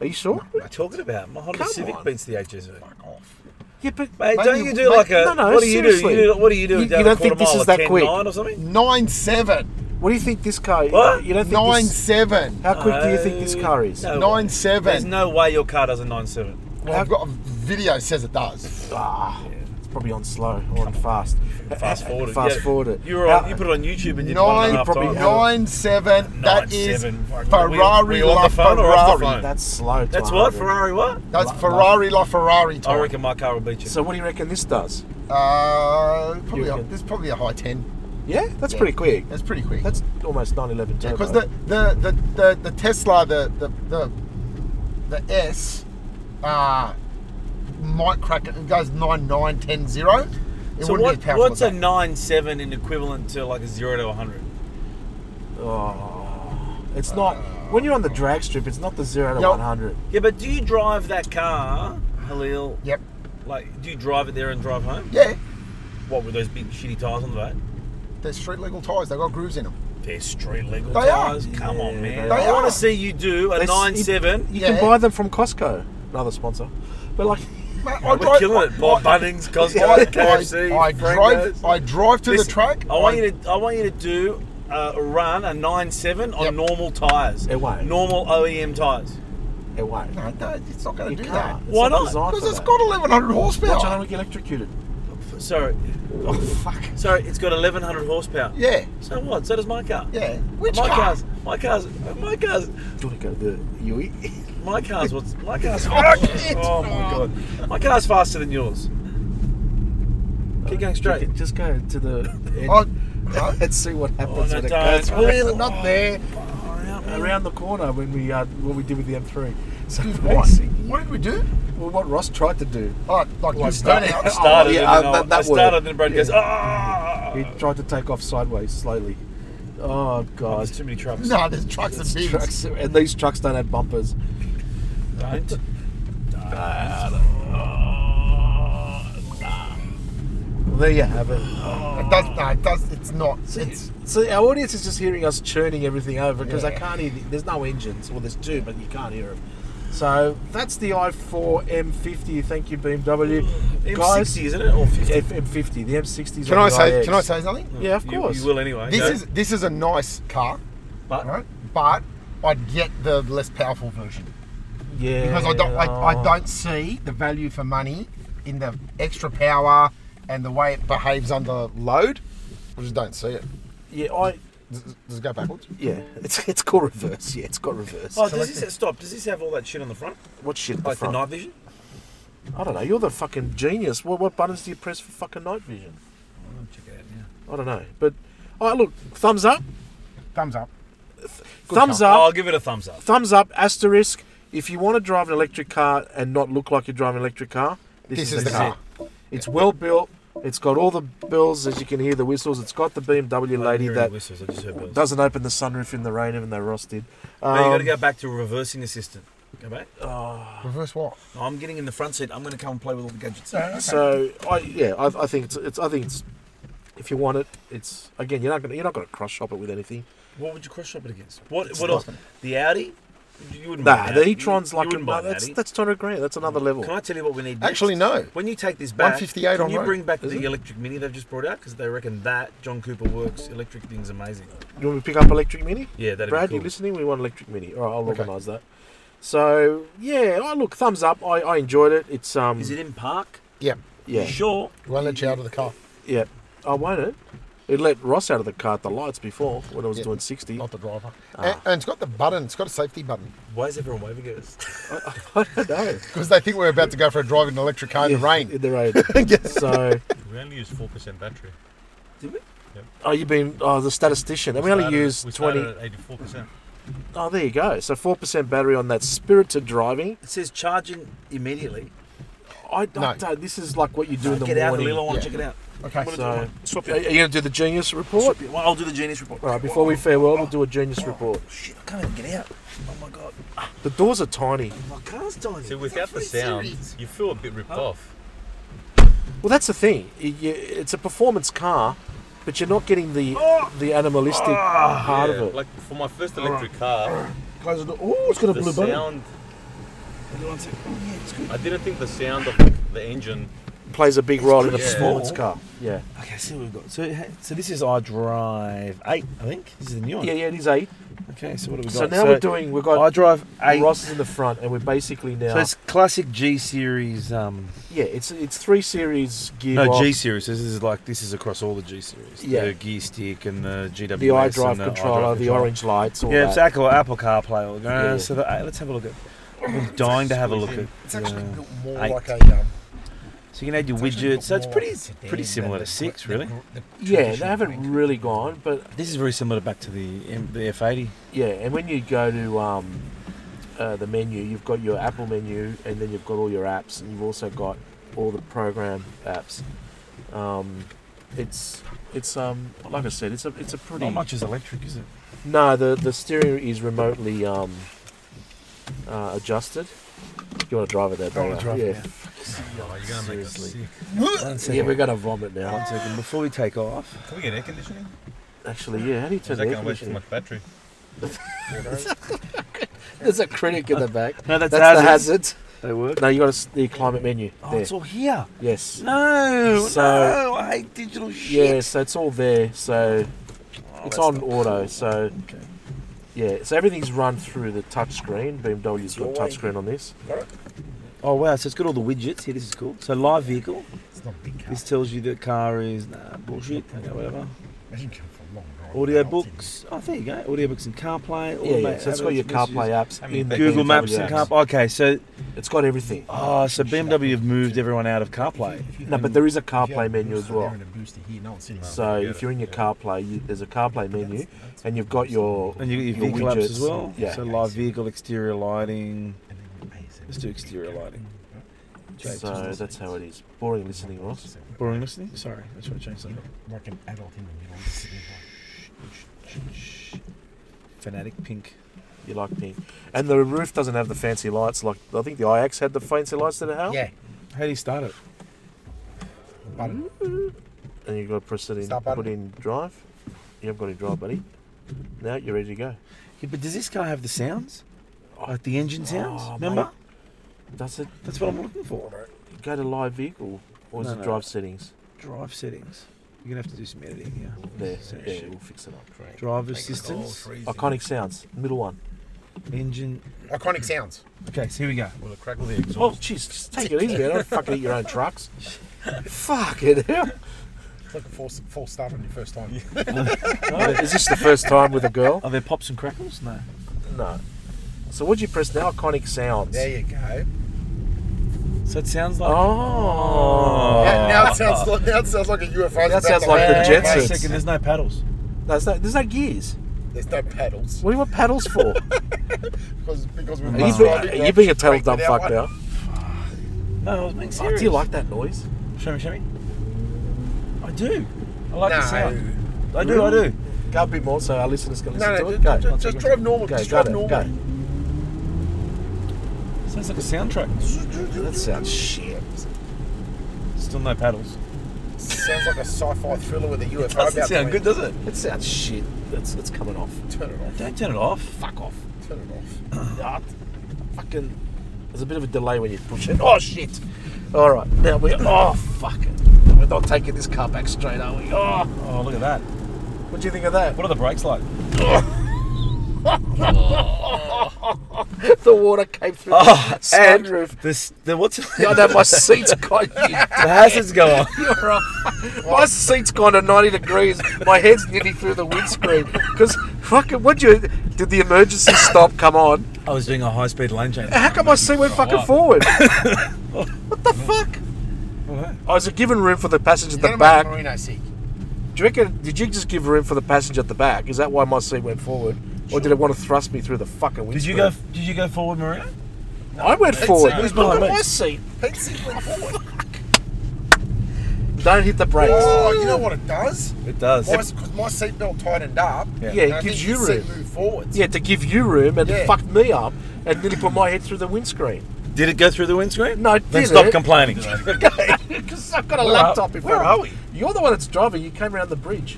Speaker 2: Are you sure?
Speaker 4: What are you talking about? My Honda
Speaker 2: Come
Speaker 4: Civic
Speaker 2: on.
Speaker 4: beats the E. HSV.
Speaker 1: Fuck off.
Speaker 2: Yeah, but
Speaker 4: Mate,
Speaker 1: Mate,
Speaker 4: don't
Speaker 1: you-
Speaker 4: you, do
Speaker 2: mate,
Speaker 4: like a
Speaker 2: no, no,
Speaker 4: what do you do?
Speaker 2: seriously.
Speaker 4: you do? What do you do?
Speaker 2: You-
Speaker 4: down
Speaker 2: you
Speaker 4: the
Speaker 2: don't think
Speaker 4: quarter
Speaker 2: this
Speaker 4: mile,
Speaker 2: is that
Speaker 4: a 10,
Speaker 2: quick?
Speaker 4: 9 or something?
Speaker 1: Nine seven.
Speaker 2: what do you think this car?
Speaker 4: What?
Speaker 2: You don't think
Speaker 1: Nine
Speaker 2: this,
Speaker 1: seven.
Speaker 2: How quick do you think this
Speaker 4: Oh,
Speaker 2: car is?
Speaker 4: no.
Speaker 1: Nine
Speaker 4: There's
Speaker 1: seven.
Speaker 4: no way your car does a nine seven.
Speaker 1: well, I've got a video says it does.
Speaker 2: Ah, it's probably on slow or on fast.
Speaker 4: Fast forward it.
Speaker 2: Fast
Speaker 4: yeah.
Speaker 2: forward it.
Speaker 4: You were
Speaker 2: How-
Speaker 4: on, you put it on YouTube and you did one and a
Speaker 1: Nine,
Speaker 4: half
Speaker 2: probably-
Speaker 4: times.
Speaker 1: nine seven. That is
Speaker 4: seven. Fuck, were we-
Speaker 1: Ferrari
Speaker 4: were you on
Speaker 1: La
Speaker 4: the phone or off the
Speaker 1: Ferrari.
Speaker 4: phone?
Speaker 2: That's slow.
Speaker 4: That's
Speaker 2: to
Speaker 4: what
Speaker 2: 100.
Speaker 4: Ferrari. What?
Speaker 1: That's
Speaker 2: La-
Speaker 1: Ferrari La Ferrari
Speaker 4: I
Speaker 1: time.
Speaker 4: reckon my car will beat you.
Speaker 2: So what do you reckon this does?
Speaker 1: Uh, probably a,
Speaker 2: reckon?
Speaker 1: there's probably a high ten.
Speaker 2: Yeah, that's
Speaker 1: Yeah.
Speaker 2: pretty quick.
Speaker 1: That's pretty quick.
Speaker 2: That's almost 911 turbo.
Speaker 1: because the, the, the, the, the Tesla, the the the, the S, uh, might crack it. It goes nine nine ten zero. It
Speaker 4: so
Speaker 1: wouldn't
Speaker 4: what,
Speaker 1: be as powerful.
Speaker 4: what's
Speaker 1: as
Speaker 4: a
Speaker 1: that.
Speaker 4: nine seven in equivalent to like a zero to hundred?
Speaker 2: Oh, it's not. When you're on the drag strip, it's not the zero to
Speaker 1: Nope.
Speaker 2: 100.
Speaker 4: Yeah, but do you drive that car, Halil?
Speaker 1: Yep.
Speaker 4: Like, do you drive it there and drive home?
Speaker 1: Yeah.
Speaker 4: What with those big shitty tires on the back?
Speaker 1: They're street legal tyres. They got grooves in them.
Speaker 4: They're street legal
Speaker 1: They are.
Speaker 4: tires. Come
Speaker 2: Yeah,
Speaker 4: on, man.
Speaker 1: they
Speaker 4: I want
Speaker 1: are.
Speaker 4: to see you do a
Speaker 2: They s-
Speaker 4: nine
Speaker 2: you-
Speaker 4: seven.
Speaker 2: You
Speaker 1: Yeah.
Speaker 2: can buy them from Costco, another sponsor. But like, [LAUGHS]
Speaker 1: Mate, I
Speaker 4: We're
Speaker 1: drove-
Speaker 4: killing it. Bob Bunnings,
Speaker 1: I,
Speaker 4: [LAUGHS] Costco, KFC,
Speaker 1: I, I
Speaker 4: Frango's.
Speaker 1: drive. I drive to the
Speaker 4: Listen,
Speaker 1: track.
Speaker 4: I want you to. I want you to do a run a nine seven on
Speaker 1: Yep.
Speaker 4: normal tires.
Speaker 2: It won't.
Speaker 4: Normal E OEM tires.
Speaker 2: it won't.
Speaker 1: No, no, it's not going
Speaker 2: You
Speaker 1: to do that.
Speaker 2: can't. It's
Speaker 4: Why not?
Speaker 2: designed
Speaker 1: Because
Speaker 2: for
Speaker 1: it's
Speaker 2: that.
Speaker 1: got 1100
Speaker 2: Watch, I
Speaker 1: horsepower.
Speaker 2: don't get electrocuted.
Speaker 4: Sorry,
Speaker 1: Oh fuck.
Speaker 4: sorry. It's got eleven hundred horsepower.
Speaker 1: Yeah.
Speaker 4: So what? So does my car.
Speaker 1: Yeah. Which
Speaker 4: my
Speaker 1: car?
Speaker 4: car's my car's my car's
Speaker 2: Do you want to go to the E? UE? [LAUGHS]
Speaker 4: my car's what's my car's
Speaker 1: Fuck
Speaker 4: faster.
Speaker 1: it.
Speaker 4: Oh my god. My car's faster than yours. Keep going straight.
Speaker 2: Just go to [LAUGHS] the end
Speaker 1: Oh, no,
Speaker 2: and see what
Speaker 4: Oh,
Speaker 2: happens
Speaker 4: no,
Speaker 2: when it
Speaker 4: don't.
Speaker 2: goes
Speaker 4: Wheel-
Speaker 1: it's not there.
Speaker 2: around the corner when we uh, what we did with the [LAUGHS] M3. So
Speaker 1: What?
Speaker 2: basically,
Speaker 1: What did we do?
Speaker 2: well, what Ross tried to do,
Speaker 1: Oh, like you
Speaker 4: Started,
Speaker 1: started
Speaker 4: I
Speaker 1: out.
Speaker 4: started,
Speaker 2: yeah,
Speaker 4: and then
Speaker 2: uh,
Speaker 4: I-
Speaker 2: that- that
Speaker 4: I started,
Speaker 2: word.
Speaker 4: and Brad goes,
Speaker 2: Yeah.
Speaker 4: "Ah!"
Speaker 2: he tried to take off sideways slowly. Oh
Speaker 4: Oh,
Speaker 2: god.
Speaker 4: there's too many
Speaker 1: [LAUGHS]
Speaker 4: trucks.
Speaker 1: No, there's trucks and
Speaker 2: It's
Speaker 1: bins.
Speaker 2: trucks, and these trucks don't have bumpers.
Speaker 4: Don't.
Speaker 2: Well, there you have it.
Speaker 1: It does. No, it does. It's not. It's
Speaker 2: It's, so our audience is just hearing us churning everything over because they
Speaker 1: Yeah.
Speaker 2: can't hear. The, there's no engines. Well, there's two, but you can't hear them. So that's the i4 M50. Thank you BMW,
Speaker 4: M60,
Speaker 2: guys.
Speaker 4: isn't it? Or 50?
Speaker 2: F- M50. The M60s.
Speaker 1: can
Speaker 2: on
Speaker 1: I
Speaker 2: the
Speaker 1: say?
Speaker 2: iX.
Speaker 1: Can I say something?
Speaker 2: Yeah, of
Speaker 4: You-
Speaker 2: course.
Speaker 4: You, will anyway.
Speaker 1: This
Speaker 4: Go.
Speaker 1: is this is a nice car,
Speaker 4: But
Speaker 1: right? But I'd get the less powerful version
Speaker 2: Yeah. oh,
Speaker 1: because I don't. I, I don't see the value for money in the extra power and the way it behaves under load. I just don't see it.
Speaker 2: Yeah, I.
Speaker 1: Does, does it go backwards?
Speaker 2: Yeah, it's it's got reverse. Yeah, it's got reverse.
Speaker 4: Oh, does this stop? Does this have all that shit on the front?
Speaker 2: What shit? at The
Speaker 4: Like the
Speaker 2: front?
Speaker 4: night vision?
Speaker 2: I don't know. You're the fucking genius. What what buttons do you press for fucking night vision?
Speaker 4: Check it out now.
Speaker 2: I don't know. But all right, look, thumbs up,
Speaker 1: Thumbs up.
Speaker 2: thumbs
Speaker 4: Oh, I'll
Speaker 2: up,
Speaker 4: give it a thumbs up.
Speaker 2: thumbs up. Asterisk. If you want to drive an electric car and not look like you're driving an electric car, this,
Speaker 1: This is the
Speaker 2: it.
Speaker 1: car.
Speaker 2: It's well built. It's got all the bells, as you can hear the whistles. It's got the BMW lady
Speaker 4: Hearing
Speaker 2: that
Speaker 4: whistles, I just heard bells.
Speaker 2: doesn't open the sunroof in the rain, even though Ross did.
Speaker 4: No, you got to
Speaker 2: Um,
Speaker 4: go back to reversing assistant. Go back.
Speaker 1: Reverse what?
Speaker 4: No, I'm getting in the front seat. I'm going to come and play with all the gadgets.
Speaker 2: So I yeah, I, I think it's, it's I think it's if you want it, it's again you're not gonna you're not gonna cross shop it with anything.
Speaker 4: What would you cross shop it against? What? what else? The Audi? You wouldn't. buy
Speaker 2: Nah,
Speaker 4: an
Speaker 2: the
Speaker 4: Audi. You-
Speaker 2: e-tron's
Speaker 4: you
Speaker 2: like a,
Speaker 4: wouldn't buy
Speaker 2: no,
Speaker 4: an
Speaker 2: that's
Speaker 4: Audi.
Speaker 2: that's two hundred grand. That's another level.
Speaker 4: Mm, Can I tell you what we need? Next?
Speaker 1: Actually, no.
Speaker 4: When you take this back,
Speaker 1: 158
Speaker 4: can
Speaker 1: on
Speaker 4: you
Speaker 1: road.
Speaker 4: bring back the
Speaker 2: Is it?
Speaker 4: electric mini they've just brought out because they reckon that John Cooper works electric thing's amazing.
Speaker 2: You want me to pick up electric mini?
Speaker 4: Yeah, that'd
Speaker 2: Brad,
Speaker 4: be cool.
Speaker 2: you listening? We want electric mini. All right, I'll
Speaker 1: Okay.
Speaker 2: organise that. So yeah, oh, look, thumbs up. I, I enjoyed it. It's um
Speaker 4: Is it in park?
Speaker 1: Yeah.
Speaker 2: yeah
Speaker 4: You sure.
Speaker 1: Won't let you out of the car.
Speaker 2: yeah. I won't it. It let Ross out of the car at the lights before when I was
Speaker 1: Yeah.
Speaker 2: doing sixty. [LAUGHS]
Speaker 1: Not the driver.
Speaker 2: Ah.
Speaker 1: And, and it's got the button. It's got a safety button
Speaker 4: Why is everyone waving at us?
Speaker 2: no,
Speaker 1: because they think we're about to go for a drive in an electric car in the rain.
Speaker 2: in the
Speaker 4: [LAUGHS]
Speaker 2: rain. So.
Speaker 6: We only use 4% battery.
Speaker 4: Did we?
Speaker 2: Oh, you've been oh the statistician. And we only
Speaker 6: Started-
Speaker 2: use
Speaker 6: we
Speaker 2: twenty.
Speaker 6: started at 84%.
Speaker 2: Oh, there you go. So four percent battery on that spirited driving.
Speaker 4: It says charging immediately.
Speaker 2: I, don't
Speaker 1: No.
Speaker 2: know. This is like what you do in the
Speaker 4: Get
Speaker 2: morning.
Speaker 4: out of the little one.
Speaker 1: Yeah.
Speaker 4: Check it out.
Speaker 1: Okay.
Speaker 4: What
Speaker 1: So,
Speaker 4: is-
Speaker 2: So,
Speaker 4: Swap
Speaker 2: are
Speaker 4: it.
Speaker 2: you going to do the genius report?
Speaker 4: Well, I'll do the genius report. Oh,
Speaker 2: All right. Before we farewell, we'll do a genius report.
Speaker 4: Shit, I can't even get out. Oh my god,
Speaker 2: The doors are tiny.
Speaker 4: my car's dying.
Speaker 6: See, without the sound, you feel a bit ripped off.
Speaker 2: Well, that's the thing. You- you- It's a performance car, but you're not getting the the animalistic part
Speaker 6: Yeah,
Speaker 2: of it.
Speaker 6: Like for my first electric car,
Speaker 2: Close the door. Oh, it's got a
Speaker 6: the
Speaker 2: blue button.
Speaker 6: sound.
Speaker 4: Oh,
Speaker 6: I didn't think the sound of like, the engine.
Speaker 2: Plays a big role in a
Speaker 6: Yeah.
Speaker 2: performance
Speaker 4: Small.
Speaker 2: car. Yeah.
Speaker 4: Okay, see what we've got. So, ha- so this is iDrive 8, I think. This is the new one.
Speaker 2: Yeah, yeah, it is eight.
Speaker 4: Okay, so what have we got?
Speaker 2: So now we're doing. We've got
Speaker 4: iDrive 8.
Speaker 2: Ross is in the front, and we're basically now.
Speaker 4: So it's classic G series. Um,
Speaker 2: yeah, it's it's three series gearbox.
Speaker 4: no, G series. This is like this is across all the G series.
Speaker 2: Yeah.
Speaker 4: The gear stick and the GWS.
Speaker 2: the iDrive
Speaker 4: and the
Speaker 2: controller,
Speaker 4: iDrive
Speaker 2: the
Speaker 4: controller.
Speaker 2: orange lights. All
Speaker 4: Yeah,
Speaker 2: that.
Speaker 4: it's Apple, Apple CarPlay. All
Speaker 2: Yeah, yeah.
Speaker 4: yeah. So the, uh, let's have a look at. I've been dying to have a look at.
Speaker 1: It's actually
Speaker 4: yeah.
Speaker 1: built more
Speaker 4: Eight.
Speaker 1: like a. Um,
Speaker 4: So you can add your
Speaker 1: it's actually built
Speaker 4: widgets. So it's
Speaker 1: more
Speaker 4: pretty
Speaker 1: like a sedan
Speaker 4: pretty
Speaker 1: than
Speaker 4: similar
Speaker 1: the-
Speaker 4: to six,
Speaker 1: the-
Speaker 4: really.
Speaker 1: the
Speaker 2: Yeah, they
Speaker 1: traditional
Speaker 2: haven't really gone, but
Speaker 4: This is very similar back to the M- the F80.
Speaker 2: yeah. And when you go to um, uh, the menu, you've got your Apple menu, and then you've got all your apps, and you've also got all the program apps. Um, it's it's um like I said, it's a it's a pretty
Speaker 4: Not much is electric, is it?
Speaker 2: No, the, the steering is remotely um, uh, adjusted. You want to drive it there, don't
Speaker 4: wanna
Speaker 2: you?
Speaker 4: drive it,
Speaker 2: yeah.
Speaker 6: Oh, you're gonna make us sick.
Speaker 4: One
Speaker 2: yeah, we're going to vomit now.
Speaker 4: One second. Before we take off,
Speaker 6: Can we get air conditioning?
Speaker 2: Actually, yeah, how do you turn
Speaker 6: Is
Speaker 2: the
Speaker 6: that
Speaker 2: air
Speaker 6: gonna waste too
Speaker 2: conditioning?
Speaker 6: much battery?
Speaker 2: There's a critic in the back.
Speaker 4: no,
Speaker 2: That's the hazard.
Speaker 4: They work.
Speaker 2: No, you got to, the climate menu
Speaker 4: Oh,
Speaker 2: there.
Speaker 4: it's all here.
Speaker 2: yes.
Speaker 4: No,
Speaker 2: So-
Speaker 4: no, I hate digital shit.
Speaker 2: Yeah, so it's all there. So
Speaker 4: Oh,
Speaker 2: it's
Speaker 4: that's
Speaker 2: on
Speaker 4: not
Speaker 2: auto.
Speaker 4: cool.
Speaker 2: So
Speaker 4: Okay.
Speaker 2: yeah, so everything's run through the touchscreen. BMW's got
Speaker 1: your way.
Speaker 2: touchscreen on this.
Speaker 4: Oh wow, so it's got all the widgets here. This is cool. So live vehicle.
Speaker 1: It's not a big car.
Speaker 4: This tells you the car is nah, bullshit. Okay, whatever.
Speaker 1: Imagine coming for a long ride.
Speaker 4: Audio
Speaker 1: without it.
Speaker 4: books. Oh, there you go. Audio books and CarPlay.
Speaker 2: Yeah, yeah.
Speaker 4: automate
Speaker 2: So it's got your
Speaker 4: messages,
Speaker 2: CarPlay apps.
Speaker 6: I mean,
Speaker 2: in the
Speaker 4: Google
Speaker 2: BMW
Speaker 4: Maps and
Speaker 2: apps.
Speaker 4: CarPlay. Okay, so
Speaker 2: It's got everything.
Speaker 4: oh, so BMW have moved everyone out of CarPlay.
Speaker 1: If you-
Speaker 2: No, but there is a
Speaker 1: if you had
Speaker 2: CarPlay
Speaker 1: a
Speaker 2: menu as
Speaker 1: booster there
Speaker 2: well.
Speaker 1: and a booster here, no one's sitting there.
Speaker 2: So
Speaker 6: Yeah,
Speaker 2: if you're in your
Speaker 6: yeah.
Speaker 2: CarPlay, you, there's a CarPlay menu,
Speaker 1: That's- that's-
Speaker 2: and you've got your
Speaker 4: And you get
Speaker 2: Your
Speaker 4: your vehicle apps as
Speaker 2: widgets,
Speaker 4: well.
Speaker 2: yeah.
Speaker 4: So live vehicle, exterior lighting.
Speaker 1: and then ASM.
Speaker 4: Let's do exterior lighting. Change
Speaker 2: so
Speaker 4: this.
Speaker 2: that's how it is. Boring listening, Ross.
Speaker 4: Boring listening. Sorry, I just want to change something.
Speaker 1: Like an adult in the middle. sitting like-
Speaker 4: Fanatic pink.
Speaker 2: You like pink, and the roof doesn't have the fancy lights like I think the IX had the fancy lights that it had.
Speaker 1: Yeah.
Speaker 4: How do you start it?
Speaker 1: Button.
Speaker 2: And you've got to press it in,
Speaker 1: Start button.
Speaker 2: put in drive. You haven't got any drive, buddy. Now you're ready to go.
Speaker 4: Yeah, but does this car have the sounds? Like the engine sounds?
Speaker 2: Oh,
Speaker 4: Remember?
Speaker 2: Does it
Speaker 4: That's what I'm looking for.
Speaker 2: go to live vehicle or is
Speaker 4: No,
Speaker 2: it
Speaker 4: no.
Speaker 2: drive settings?
Speaker 4: Drive settings. You're gonna have to do some editing here.
Speaker 2: There,
Speaker 4: So
Speaker 2: yeah,
Speaker 4: shit.
Speaker 2: we'll fix it up.
Speaker 4: Drive assistance.
Speaker 2: Iconic sounds, middle one.
Speaker 4: Engine.
Speaker 1: Iconic sounds.
Speaker 4: Okay, so
Speaker 2: [LAUGHS]
Speaker 4: here we go.
Speaker 6: Well, crackle the exhaust.
Speaker 2: Oh, jeez, just take it easy, man. Don't fucking eat your own trucks. Fuck it. [LAUGHS]
Speaker 1: It's like a false, false start on your first time.
Speaker 2: Is this the first time with a girl?
Speaker 4: Are there pops and crackles? No.
Speaker 2: No. So what'd you press now? Iconic sounds.
Speaker 1: There you go.
Speaker 4: So it sounds like.
Speaker 2: Oh.
Speaker 1: Now, now it sounds like now it sounds like a UFO.
Speaker 2: That sounds like the
Speaker 4: Hey,
Speaker 2: Jetsons.
Speaker 4: wait a second, there's no paddles.
Speaker 2: There's, no, there's no gears.
Speaker 1: There's no paddles
Speaker 2: What do you want paddles for?
Speaker 1: because because we're
Speaker 2: Are you,
Speaker 1: driving,
Speaker 2: be-
Speaker 1: we're
Speaker 2: you being a
Speaker 1: actually
Speaker 2: total dumb
Speaker 1: cranking out
Speaker 2: fuck
Speaker 1: one.
Speaker 2: now.
Speaker 4: No, I was being
Speaker 2: Oh,
Speaker 4: serious.
Speaker 2: do you like that noise?
Speaker 4: Show me, show me. I do. I like the
Speaker 1: No.
Speaker 4: sound. I do, I do.
Speaker 2: Go a bit more so our listeners can listen
Speaker 1: No,
Speaker 2: to
Speaker 1: no,
Speaker 2: it.
Speaker 1: just,
Speaker 2: Go.
Speaker 1: just, just drive normal.
Speaker 2: go,
Speaker 1: just
Speaker 2: go,
Speaker 1: drive
Speaker 2: there,
Speaker 1: normal.
Speaker 2: go.
Speaker 4: Sounds like a soundtrack.
Speaker 2: That sounds shit.
Speaker 4: Still no paddles.
Speaker 1: Sounds like a sci-fi thriller with a UFO. about to land.
Speaker 4: does it?
Speaker 2: It sounds shit. It's, it's coming off.
Speaker 1: Turn it off.
Speaker 4: Don't turn it off.
Speaker 2: Fuck off.
Speaker 1: Turn it off.
Speaker 2: Ah, fucking. There's a bit of a delay when you push it. Oh shit! All right, now we're. Oh fuck it! We're not taking this car back straight, are we? Oh, [LAUGHS]
Speaker 4: Oh, look at that.
Speaker 2: what do you think of that?
Speaker 4: What are the brakes like?
Speaker 2: the water came through the sunroof.
Speaker 4: This, the, what's
Speaker 2: God,
Speaker 4: [LAUGHS]
Speaker 2: no, my seat's [LAUGHS] gone. You,
Speaker 4: the hazards go on.
Speaker 2: you're a, my seat's gone to 90 degrees. My head's nearly through the windscreen. Because fucking, what you? Did the emergency stop come on?
Speaker 4: I was doing a high speed lane change.
Speaker 2: How come my seat went fucking
Speaker 4: [LAUGHS]
Speaker 2: forward? what the fuck? Oh, I was given room for the passenger at
Speaker 1: You're
Speaker 2: the
Speaker 1: gonna
Speaker 2: back.
Speaker 1: make Marino sick.
Speaker 2: Do you reckon, did you just give room for the passenger at the back? Is that why my seat went forward? Or did it want to thrust me through the fucking
Speaker 4: Did you
Speaker 2: windscreen?
Speaker 4: go? Did you go forward, Maria?
Speaker 2: I went
Speaker 1: Pete's
Speaker 2: forward.
Speaker 1: seat was
Speaker 2: Look at
Speaker 4: behind
Speaker 2: my
Speaker 4: me.
Speaker 2: seat.
Speaker 1: Pete's sick went forward.
Speaker 2: Don't hit the brakes.
Speaker 1: Oh, you know what it does?
Speaker 4: It does.
Speaker 1: Because my, seatbelt tightened up.
Speaker 4: Yeah.
Speaker 2: Yeah, it
Speaker 1: and I
Speaker 2: gives
Speaker 1: think
Speaker 2: you
Speaker 1: his seat
Speaker 2: room.
Speaker 1: moved forwards.
Speaker 2: Yeah, to give you room and
Speaker 1: Yeah.
Speaker 2: fucked me up and nearly put my head through the windscreen.
Speaker 4: Did it go through the windscreen?
Speaker 2: No, it
Speaker 4: Then
Speaker 2: didn't. [LAUGHS]
Speaker 4: stop complaining.
Speaker 2: Because I've got a
Speaker 4: Where are-
Speaker 2: laptop in
Speaker 4: where
Speaker 2: front
Speaker 4: are
Speaker 2: of
Speaker 4: we?
Speaker 2: me. You're the one that's driving. You came around the bridge.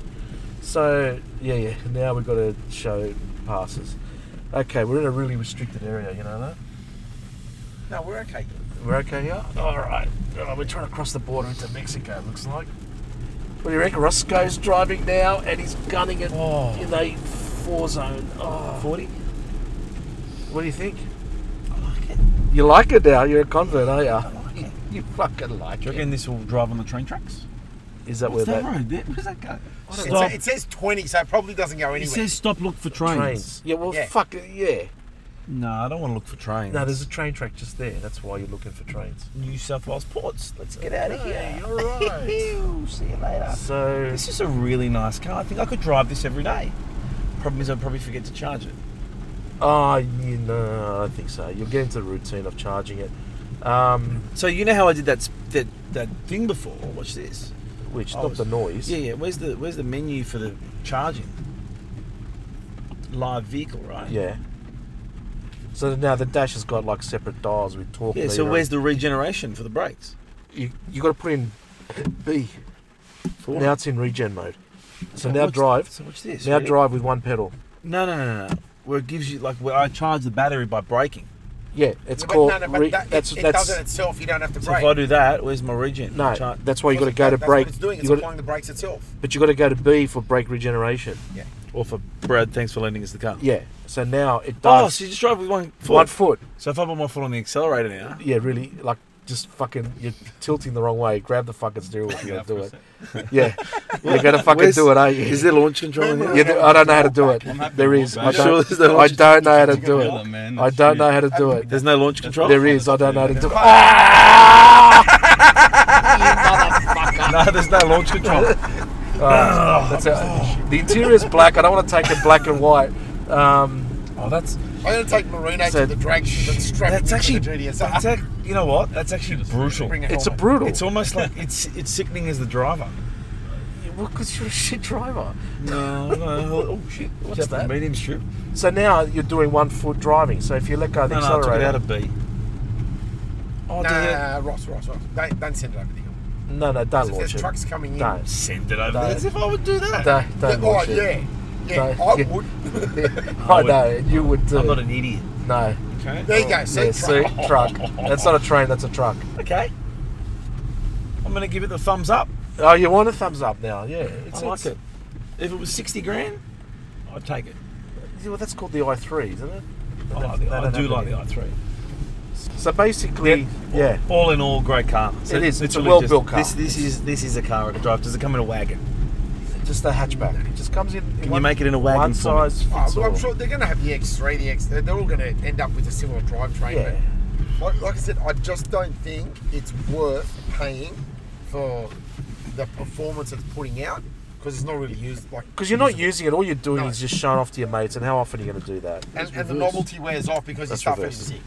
Speaker 2: So yeah, yeah. Now we've got to show passes. Okay, we're in a really restricted area. You know that.
Speaker 4: No, we're okay.
Speaker 2: We're okay here. All right. Oh, we're trying to cross the border into Mexico. It looks like. What do you reckon? Roscoe's driving now, and he's gunning it
Speaker 4: Oh.
Speaker 2: in a four zone. Oh.
Speaker 4: 40?
Speaker 2: What do you think?
Speaker 4: I like it.
Speaker 2: You like it now? You're a convert, are
Speaker 4: I
Speaker 2: you?
Speaker 4: like it.
Speaker 2: You fucking like
Speaker 7: Do you
Speaker 2: it.
Speaker 7: reckon this will drive on the train tracks?
Speaker 2: Is that where
Speaker 4: What's that,
Speaker 2: that
Speaker 4: road there? Where does that go?
Speaker 1: It sa-
Speaker 7: Stop.
Speaker 1: It says 20, so it probably doesn't go
Speaker 4: It
Speaker 1: anywhere.
Speaker 4: says stop, look for trains.
Speaker 2: trains? Yeah. Well,
Speaker 1: Yeah.
Speaker 2: fuck it. Yeah.
Speaker 7: No, I don't want to look for trains.
Speaker 2: No, there's a train track just there. That's why you're looking for trains.
Speaker 4: New South Wales ports. Let's get out of
Speaker 2: Hey,
Speaker 4: here.
Speaker 2: all right.
Speaker 4: Ew, See you later.
Speaker 2: [LAUGHS] So
Speaker 4: This is a really nice car. I think I could drive this every day. Problem is, I'd probably forget to charge it.
Speaker 2: Ah, you know, I don't think so. You'll get into the routine of charging it. Um,
Speaker 4: So you know how I did that sp- that, that thing before? Watch this.
Speaker 2: which
Speaker 4: I
Speaker 2: not
Speaker 4: was-
Speaker 2: the noise.
Speaker 4: Oh, Yeah, yeah. Where's the Where's the menu for the charging? Live vehicle, right?
Speaker 2: Yeah. So now the dash has got like separate dials with torque.
Speaker 4: Yeah. So where's the regeneration for the brakes?
Speaker 2: you, you got to put in B.
Speaker 4: For
Speaker 2: Now it's in regen mode. So now
Speaker 4: watch-
Speaker 2: drive.
Speaker 4: So watch this.
Speaker 2: Now
Speaker 4: ready?
Speaker 2: drive with one pedal.
Speaker 4: No, no, no, no, no. Where it gives you like where I charge the battery by braking.
Speaker 2: Yeah, it's
Speaker 1: Yeah, but
Speaker 2: called.
Speaker 1: no, no, but
Speaker 2: re-
Speaker 1: that,
Speaker 2: that's
Speaker 1: it, it
Speaker 2: that's
Speaker 1: does it itself. You don't have to
Speaker 4: So
Speaker 1: brake.
Speaker 4: if I do that, where's my regen?
Speaker 2: no.
Speaker 4: Char-
Speaker 2: That's why you got to
Speaker 1: That's
Speaker 2: go to
Speaker 1: what- that's
Speaker 2: brake.
Speaker 1: What it's doing. It's
Speaker 2: you gotta,
Speaker 1: applying the brakes itself.
Speaker 2: but you got to go to B for brake regeneration.
Speaker 4: or for Brad, thanks for lending us the car.
Speaker 2: Yeah. So now it
Speaker 4: Oh,
Speaker 2: does
Speaker 4: so you just drive with one foot.
Speaker 2: one foot.
Speaker 4: So if I put my foot on the accelerator now,
Speaker 2: yeah, really, like just fucking, you're tilting the wrong way. Grab the fucking steering wheel if you're
Speaker 6: Yeah,
Speaker 2: gonna do
Speaker 6: for a
Speaker 2: it.
Speaker 6: sec. [LAUGHS]
Speaker 2: Yeah, you're gonna fucking
Speaker 4: Where's-
Speaker 2: do it, eh? aren't you? [LAUGHS]
Speaker 4: is there launch control in here?
Speaker 2: Yeah, th- I don't know how to do it.
Speaker 6: I'm happy
Speaker 2: There
Speaker 6: to
Speaker 2: is.
Speaker 6: walk
Speaker 2: I
Speaker 6: back.
Speaker 4: Sure,
Speaker 2: don't,
Speaker 4: there's no
Speaker 2: I
Speaker 4: option.
Speaker 2: don't know how to
Speaker 6: It's a
Speaker 2: do
Speaker 6: gorilla,
Speaker 2: it.
Speaker 6: man,
Speaker 2: I
Speaker 6: that's
Speaker 2: don't
Speaker 6: shit.
Speaker 2: know how to do it.
Speaker 4: There's no launch control.
Speaker 2: There is. I don't know how to do it.
Speaker 4: [LAUGHS] no, there's no
Speaker 2: [LAUGHS]
Speaker 4: launch control.
Speaker 2: Ah, that's it. The interior is black. I don't want to take it black and white. Um,
Speaker 4: oh, that's
Speaker 1: I'm going to take Marino
Speaker 2: So-
Speaker 1: to the drag strip and strap
Speaker 4: that's
Speaker 1: him
Speaker 4: actually
Speaker 1: into the GDSR.
Speaker 4: that's ac- you know what? That's actually brutal.
Speaker 1: Bring
Speaker 2: it's a
Speaker 1: helmet.
Speaker 2: brutal.
Speaker 4: It's almost like it's it's sickening as the driver.
Speaker 2: well, because you're a shit driver.
Speaker 4: No, no. [LAUGHS] Oh shit!
Speaker 2: What's
Speaker 4: Just the
Speaker 2: that?
Speaker 4: Medium strip.
Speaker 2: So now you're doing one foot driving. So if you let go of the
Speaker 4: No, no, I took
Speaker 2: accelerator,
Speaker 4: it out of B. Oh,
Speaker 1: Nah,
Speaker 4: did it?
Speaker 1: Ross, Ross, Ross. Don't, don't send it over the hill.
Speaker 2: no, no, don't
Speaker 1: 'Cause If
Speaker 2: launch
Speaker 1: there's
Speaker 2: it.
Speaker 1: trucks coming in.
Speaker 2: Don't,
Speaker 4: Send it over.
Speaker 2: No.
Speaker 4: That's if I would do that.
Speaker 2: don't,
Speaker 1: Yeah,
Speaker 2: don't
Speaker 1: oh,
Speaker 2: launch it.
Speaker 1: yeah. Yeah,
Speaker 2: Don't-
Speaker 1: I
Speaker 2: yeah.
Speaker 1: would.
Speaker 2: [LAUGHS] I know you would do.
Speaker 4: I'm not an idiot.
Speaker 2: no.
Speaker 4: Okay.
Speaker 1: There you go. See,
Speaker 2: yeah, see,
Speaker 1: truck.
Speaker 2: truck. That's not a train. That's a truck.
Speaker 4: Okay. I'm gonna give it the thumbs up.
Speaker 2: Oh, you want a thumbs up now? Yeah, it's,
Speaker 4: I
Speaker 2: it's-
Speaker 4: like it. If it was 60 grand, I'd take it.
Speaker 2: yeah, well, that's called the i3, isn't it?
Speaker 4: I,
Speaker 2: They
Speaker 4: like
Speaker 2: don't
Speaker 4: the, I
Speaker 2: have
Speaker 4: do
Speaker 2: it
Speaker 4: like the
Speaker 2: here.
Speaker 4: i3.
Speaker 2: So basically, yeah.
Speaker 4: All in all, great car.
Speaker 2: It is. It's a
Speaker 4: literally
Speaker 2: well-built
Speaker 4: just-
Speaker 2: car.
Speaker 4: This, this is this is a car I could drive. Does it come in a wagon?
Speaker 2: just a hatchback. It just comes in. Can
Speaker 4: you make it in a wagon
Speaker 2: One
Speaker 4: for me?
Speaker 2: size fits
Speaker 1: Oh, well,
Speaker 2: all.
Speaker 1: I'm sure they're going to have the X3, the X. They're they're all going to end up with a similar drivetrain.
Speaker 2: Yeah.
Speaker 1: But like, like I said, I just don't think it's worth paying for the performance it's putting out because it's not really used. Like
Speaker 2: Because you're not
Speaker 1: usable.
Speaker 2: using it. All you're doing
Speaker 1: No.
Speaker 2: is just showing off to your mates. And how often are you going to do that?
Speaker 1: and, and the novelty wears off because you
Speaker 2: That's
Speaker 1: start feeling
Speaker 2: reversed.
Speaker 1: sick.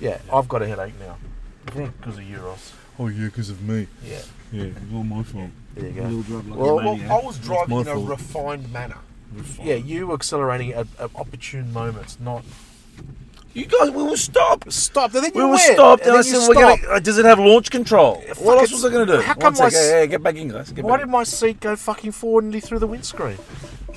Speaker 2: Yeah, I've got a headache now because of Euros.
Speaker 6: Oh, yeah, because of me.
Speaker 2: Yeah,
Speaker 6: Yeah, it was all my fault.
Speaker 2: there you
Speaker 4: We'll
Speaker 2: go.
Speaker 4: drive like
Speaker 2: Well,
Speaker 4: a
Speaker 1: Well,
Speaker 4: maniac.
Speaker 1: I was
Speaker 6: That's
Speaker 1: driving
Speaker 6: my
Speaker 1: in a
Speaker 6: fault.
Speaker 1: refined manner.
Speaker 2: Yeah, you were accelerating at, at opportune moments, not
Speaker 4: you guys, we will stop.
Speaker 2: stop. And then
Speaker 4: We
Speaker 2: you
Speaker 4: will
Speaker 2: went,
Speaker 4: stop. And,
Speaker 2: then
Speaker 4: I
Speaker 2: you
Speaker 4: said, we're gonna, uh, does it have launch control?
Speaker 2: Yeah,
Speaker 4: what
Speaker 2: fuck
Speaker 4: else
Speaker 2: it.
Speaker 4: was I going to do?
Speaker 2: How
Speaker 4: One
Speaker 2: come my
Speaker 4: sec.
Speaker 2: s-
Speaker 4: Yeah, yeah, get back in, guys. Get
Speaker 2: Why
Speaker 4: back
Speaker 2: did my seat go fucking forward nearly through the windscreen?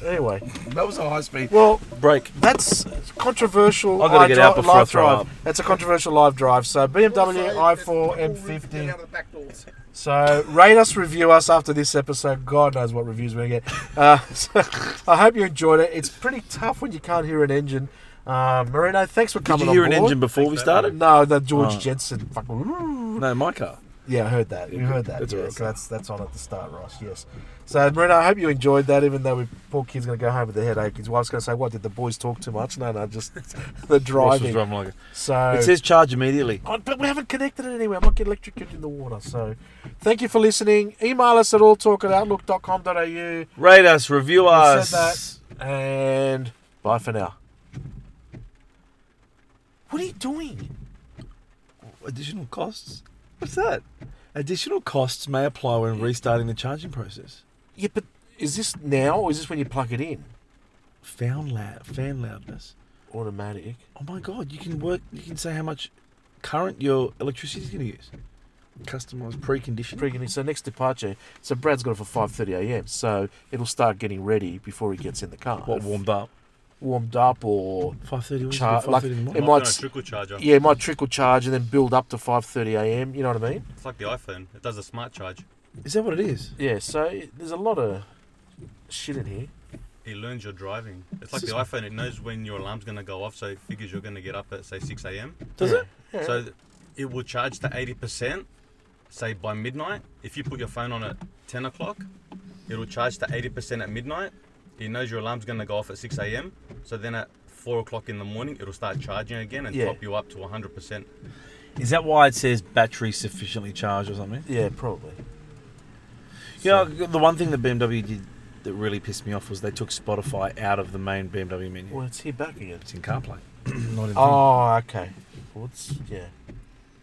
Speaker 2: Anyway,
Speaker 4: in. That was a high speed
Speaker 2: well,
Speaker 4: break.
Speaker 2: that's controversial.
Speaker 4: I've gotta
Speaker 2: i
Speaker 4: get
Speaker 2: dri-
Speaker 4: out before I
Speaker 2: live
Speaker 4: throw
Speaker 2: drive.
Speaker 4: up.
Speaker 2: That's a controversial live drive. So BMW i4
Speaker 1: It's not all ripped
Speaker 2: M50.
Speaker 1: out of the back doors.
Speaker 2: So rate us, review us after this episode. God knows what reviews we're gonna get. Uh, [LAUGHS] so, I hope you enjoyed it. It's pretty tough when you can't hear an engine. Uh, Marino, thanks for
Speaker 4: Did
Speaker 2: coming.
Speaker 4: you hear
Speaker 2: on
Speaker 4: an
Speaker 2: board.
Speaker 4: engine before we started?
Speaker 2: No, the George
Speaker 4: Oh.
Speaker 2: Jensen. Fucking,
Speaker 4: No, my car.
Speaker 2: yeah, I heard that. You heard that.
Speaker 4: That's
Speaker 2: yeah,
Speaker 4: all right.
Speaker 2: so that's that's on at the start, Ross. Yes. So Marino, I hope you enjoyed that. Even though we poor kid's gonna go home with a headache. His wife's gonna say, "What did the boys talk too much?" No, no, just [LAUGHS] the
Speaker 4: Ross was
Speaker 2: driving.
Speaker 4: driving like it.
Speaker 2: So
Speaker 4: It says charge immediately.
Speaker 2: Oh, but we haven't connected it anywhere. I'm not getting electrocuted in the water. So thank you for listening. Email us at alltalk at outlook.com.au.
Speaker 4: Rate us, review
Speaker 2: I
Speaker 4: us.
Speaker 2: said that. And bye for now. What are you doing?
Speaker 4: Additional costs? What's that? Additional costs may apply when restarting the charging process.
Speaker 2: Yeah, but is this now or is this when you plug it in?
Speaker 4: Fan, loud, fan loudness.
Speaker 2: Automatic.
Speaker 4: Oh my god, you can work, you can say how much current your electricity is going to use. Customized, preconditioned.
Speaker 2: Pre- So next departure. So Brad's got it for five thirty a.m. So it'll start getting ready before he gets in the car.
Speaker 4: what warmed up?
Speaker 2: warmed up or
Speaker 4: Five thirty.
Speaker 2: Char-
Speaker 4: Five
Speaker 2: like-
Speaker 4: thirty in the
Speaker 2: It
Speaker 4: morning.
Speaker 6: Like
Speaker 2: might
Speaker 6: on a
Speaker 2: s-
Speaker 6: trickle charger.
Speaker 2: yeah, it might trickle charge and then build up to five thirty a.m. You know what I mean?
Speaker 6: It's like the iPhone. It does a smart charge.
Speaker 4: Is that what it is?
Speaker 2: Yeah. So it- there's a lot of shit in here.
Speaker 6: It learns your driving. It's like
Speaker 4: It's
Speaker 6: the iPhone. It knows when your alarm's going to go off, so it figures you're going to get up at say 6 a.m.
Speaker 4: Does
Speaker 2: Yeah.
Speaker 4: it?
Speaker 2: Yeah.
Speaker 6: So th- it will charge to 80%. Say by midnight. If you put your phone on at 10 o'clock, it'll charge to 80% at midnight. It knows your alarm's going to go off at 6 a.m. So then at four o'clock in the morning, it'll start charging again and
Speaker 2: Yeah.
Speaker 6: top you up to 100%.
Speaker 4: Is that why it says battery sufficiently charged or something?
Speaker 2: yeah, probably.
Speaker 4: You know, the one thing that BMW did that really pissed me off was they took Spotify out of the main BMW menu.
Speaker 2: Well, it's here back again.
Speaker 4: It's in CarPlay. Not in
Speaker 2: Oh, okay. What's yeah?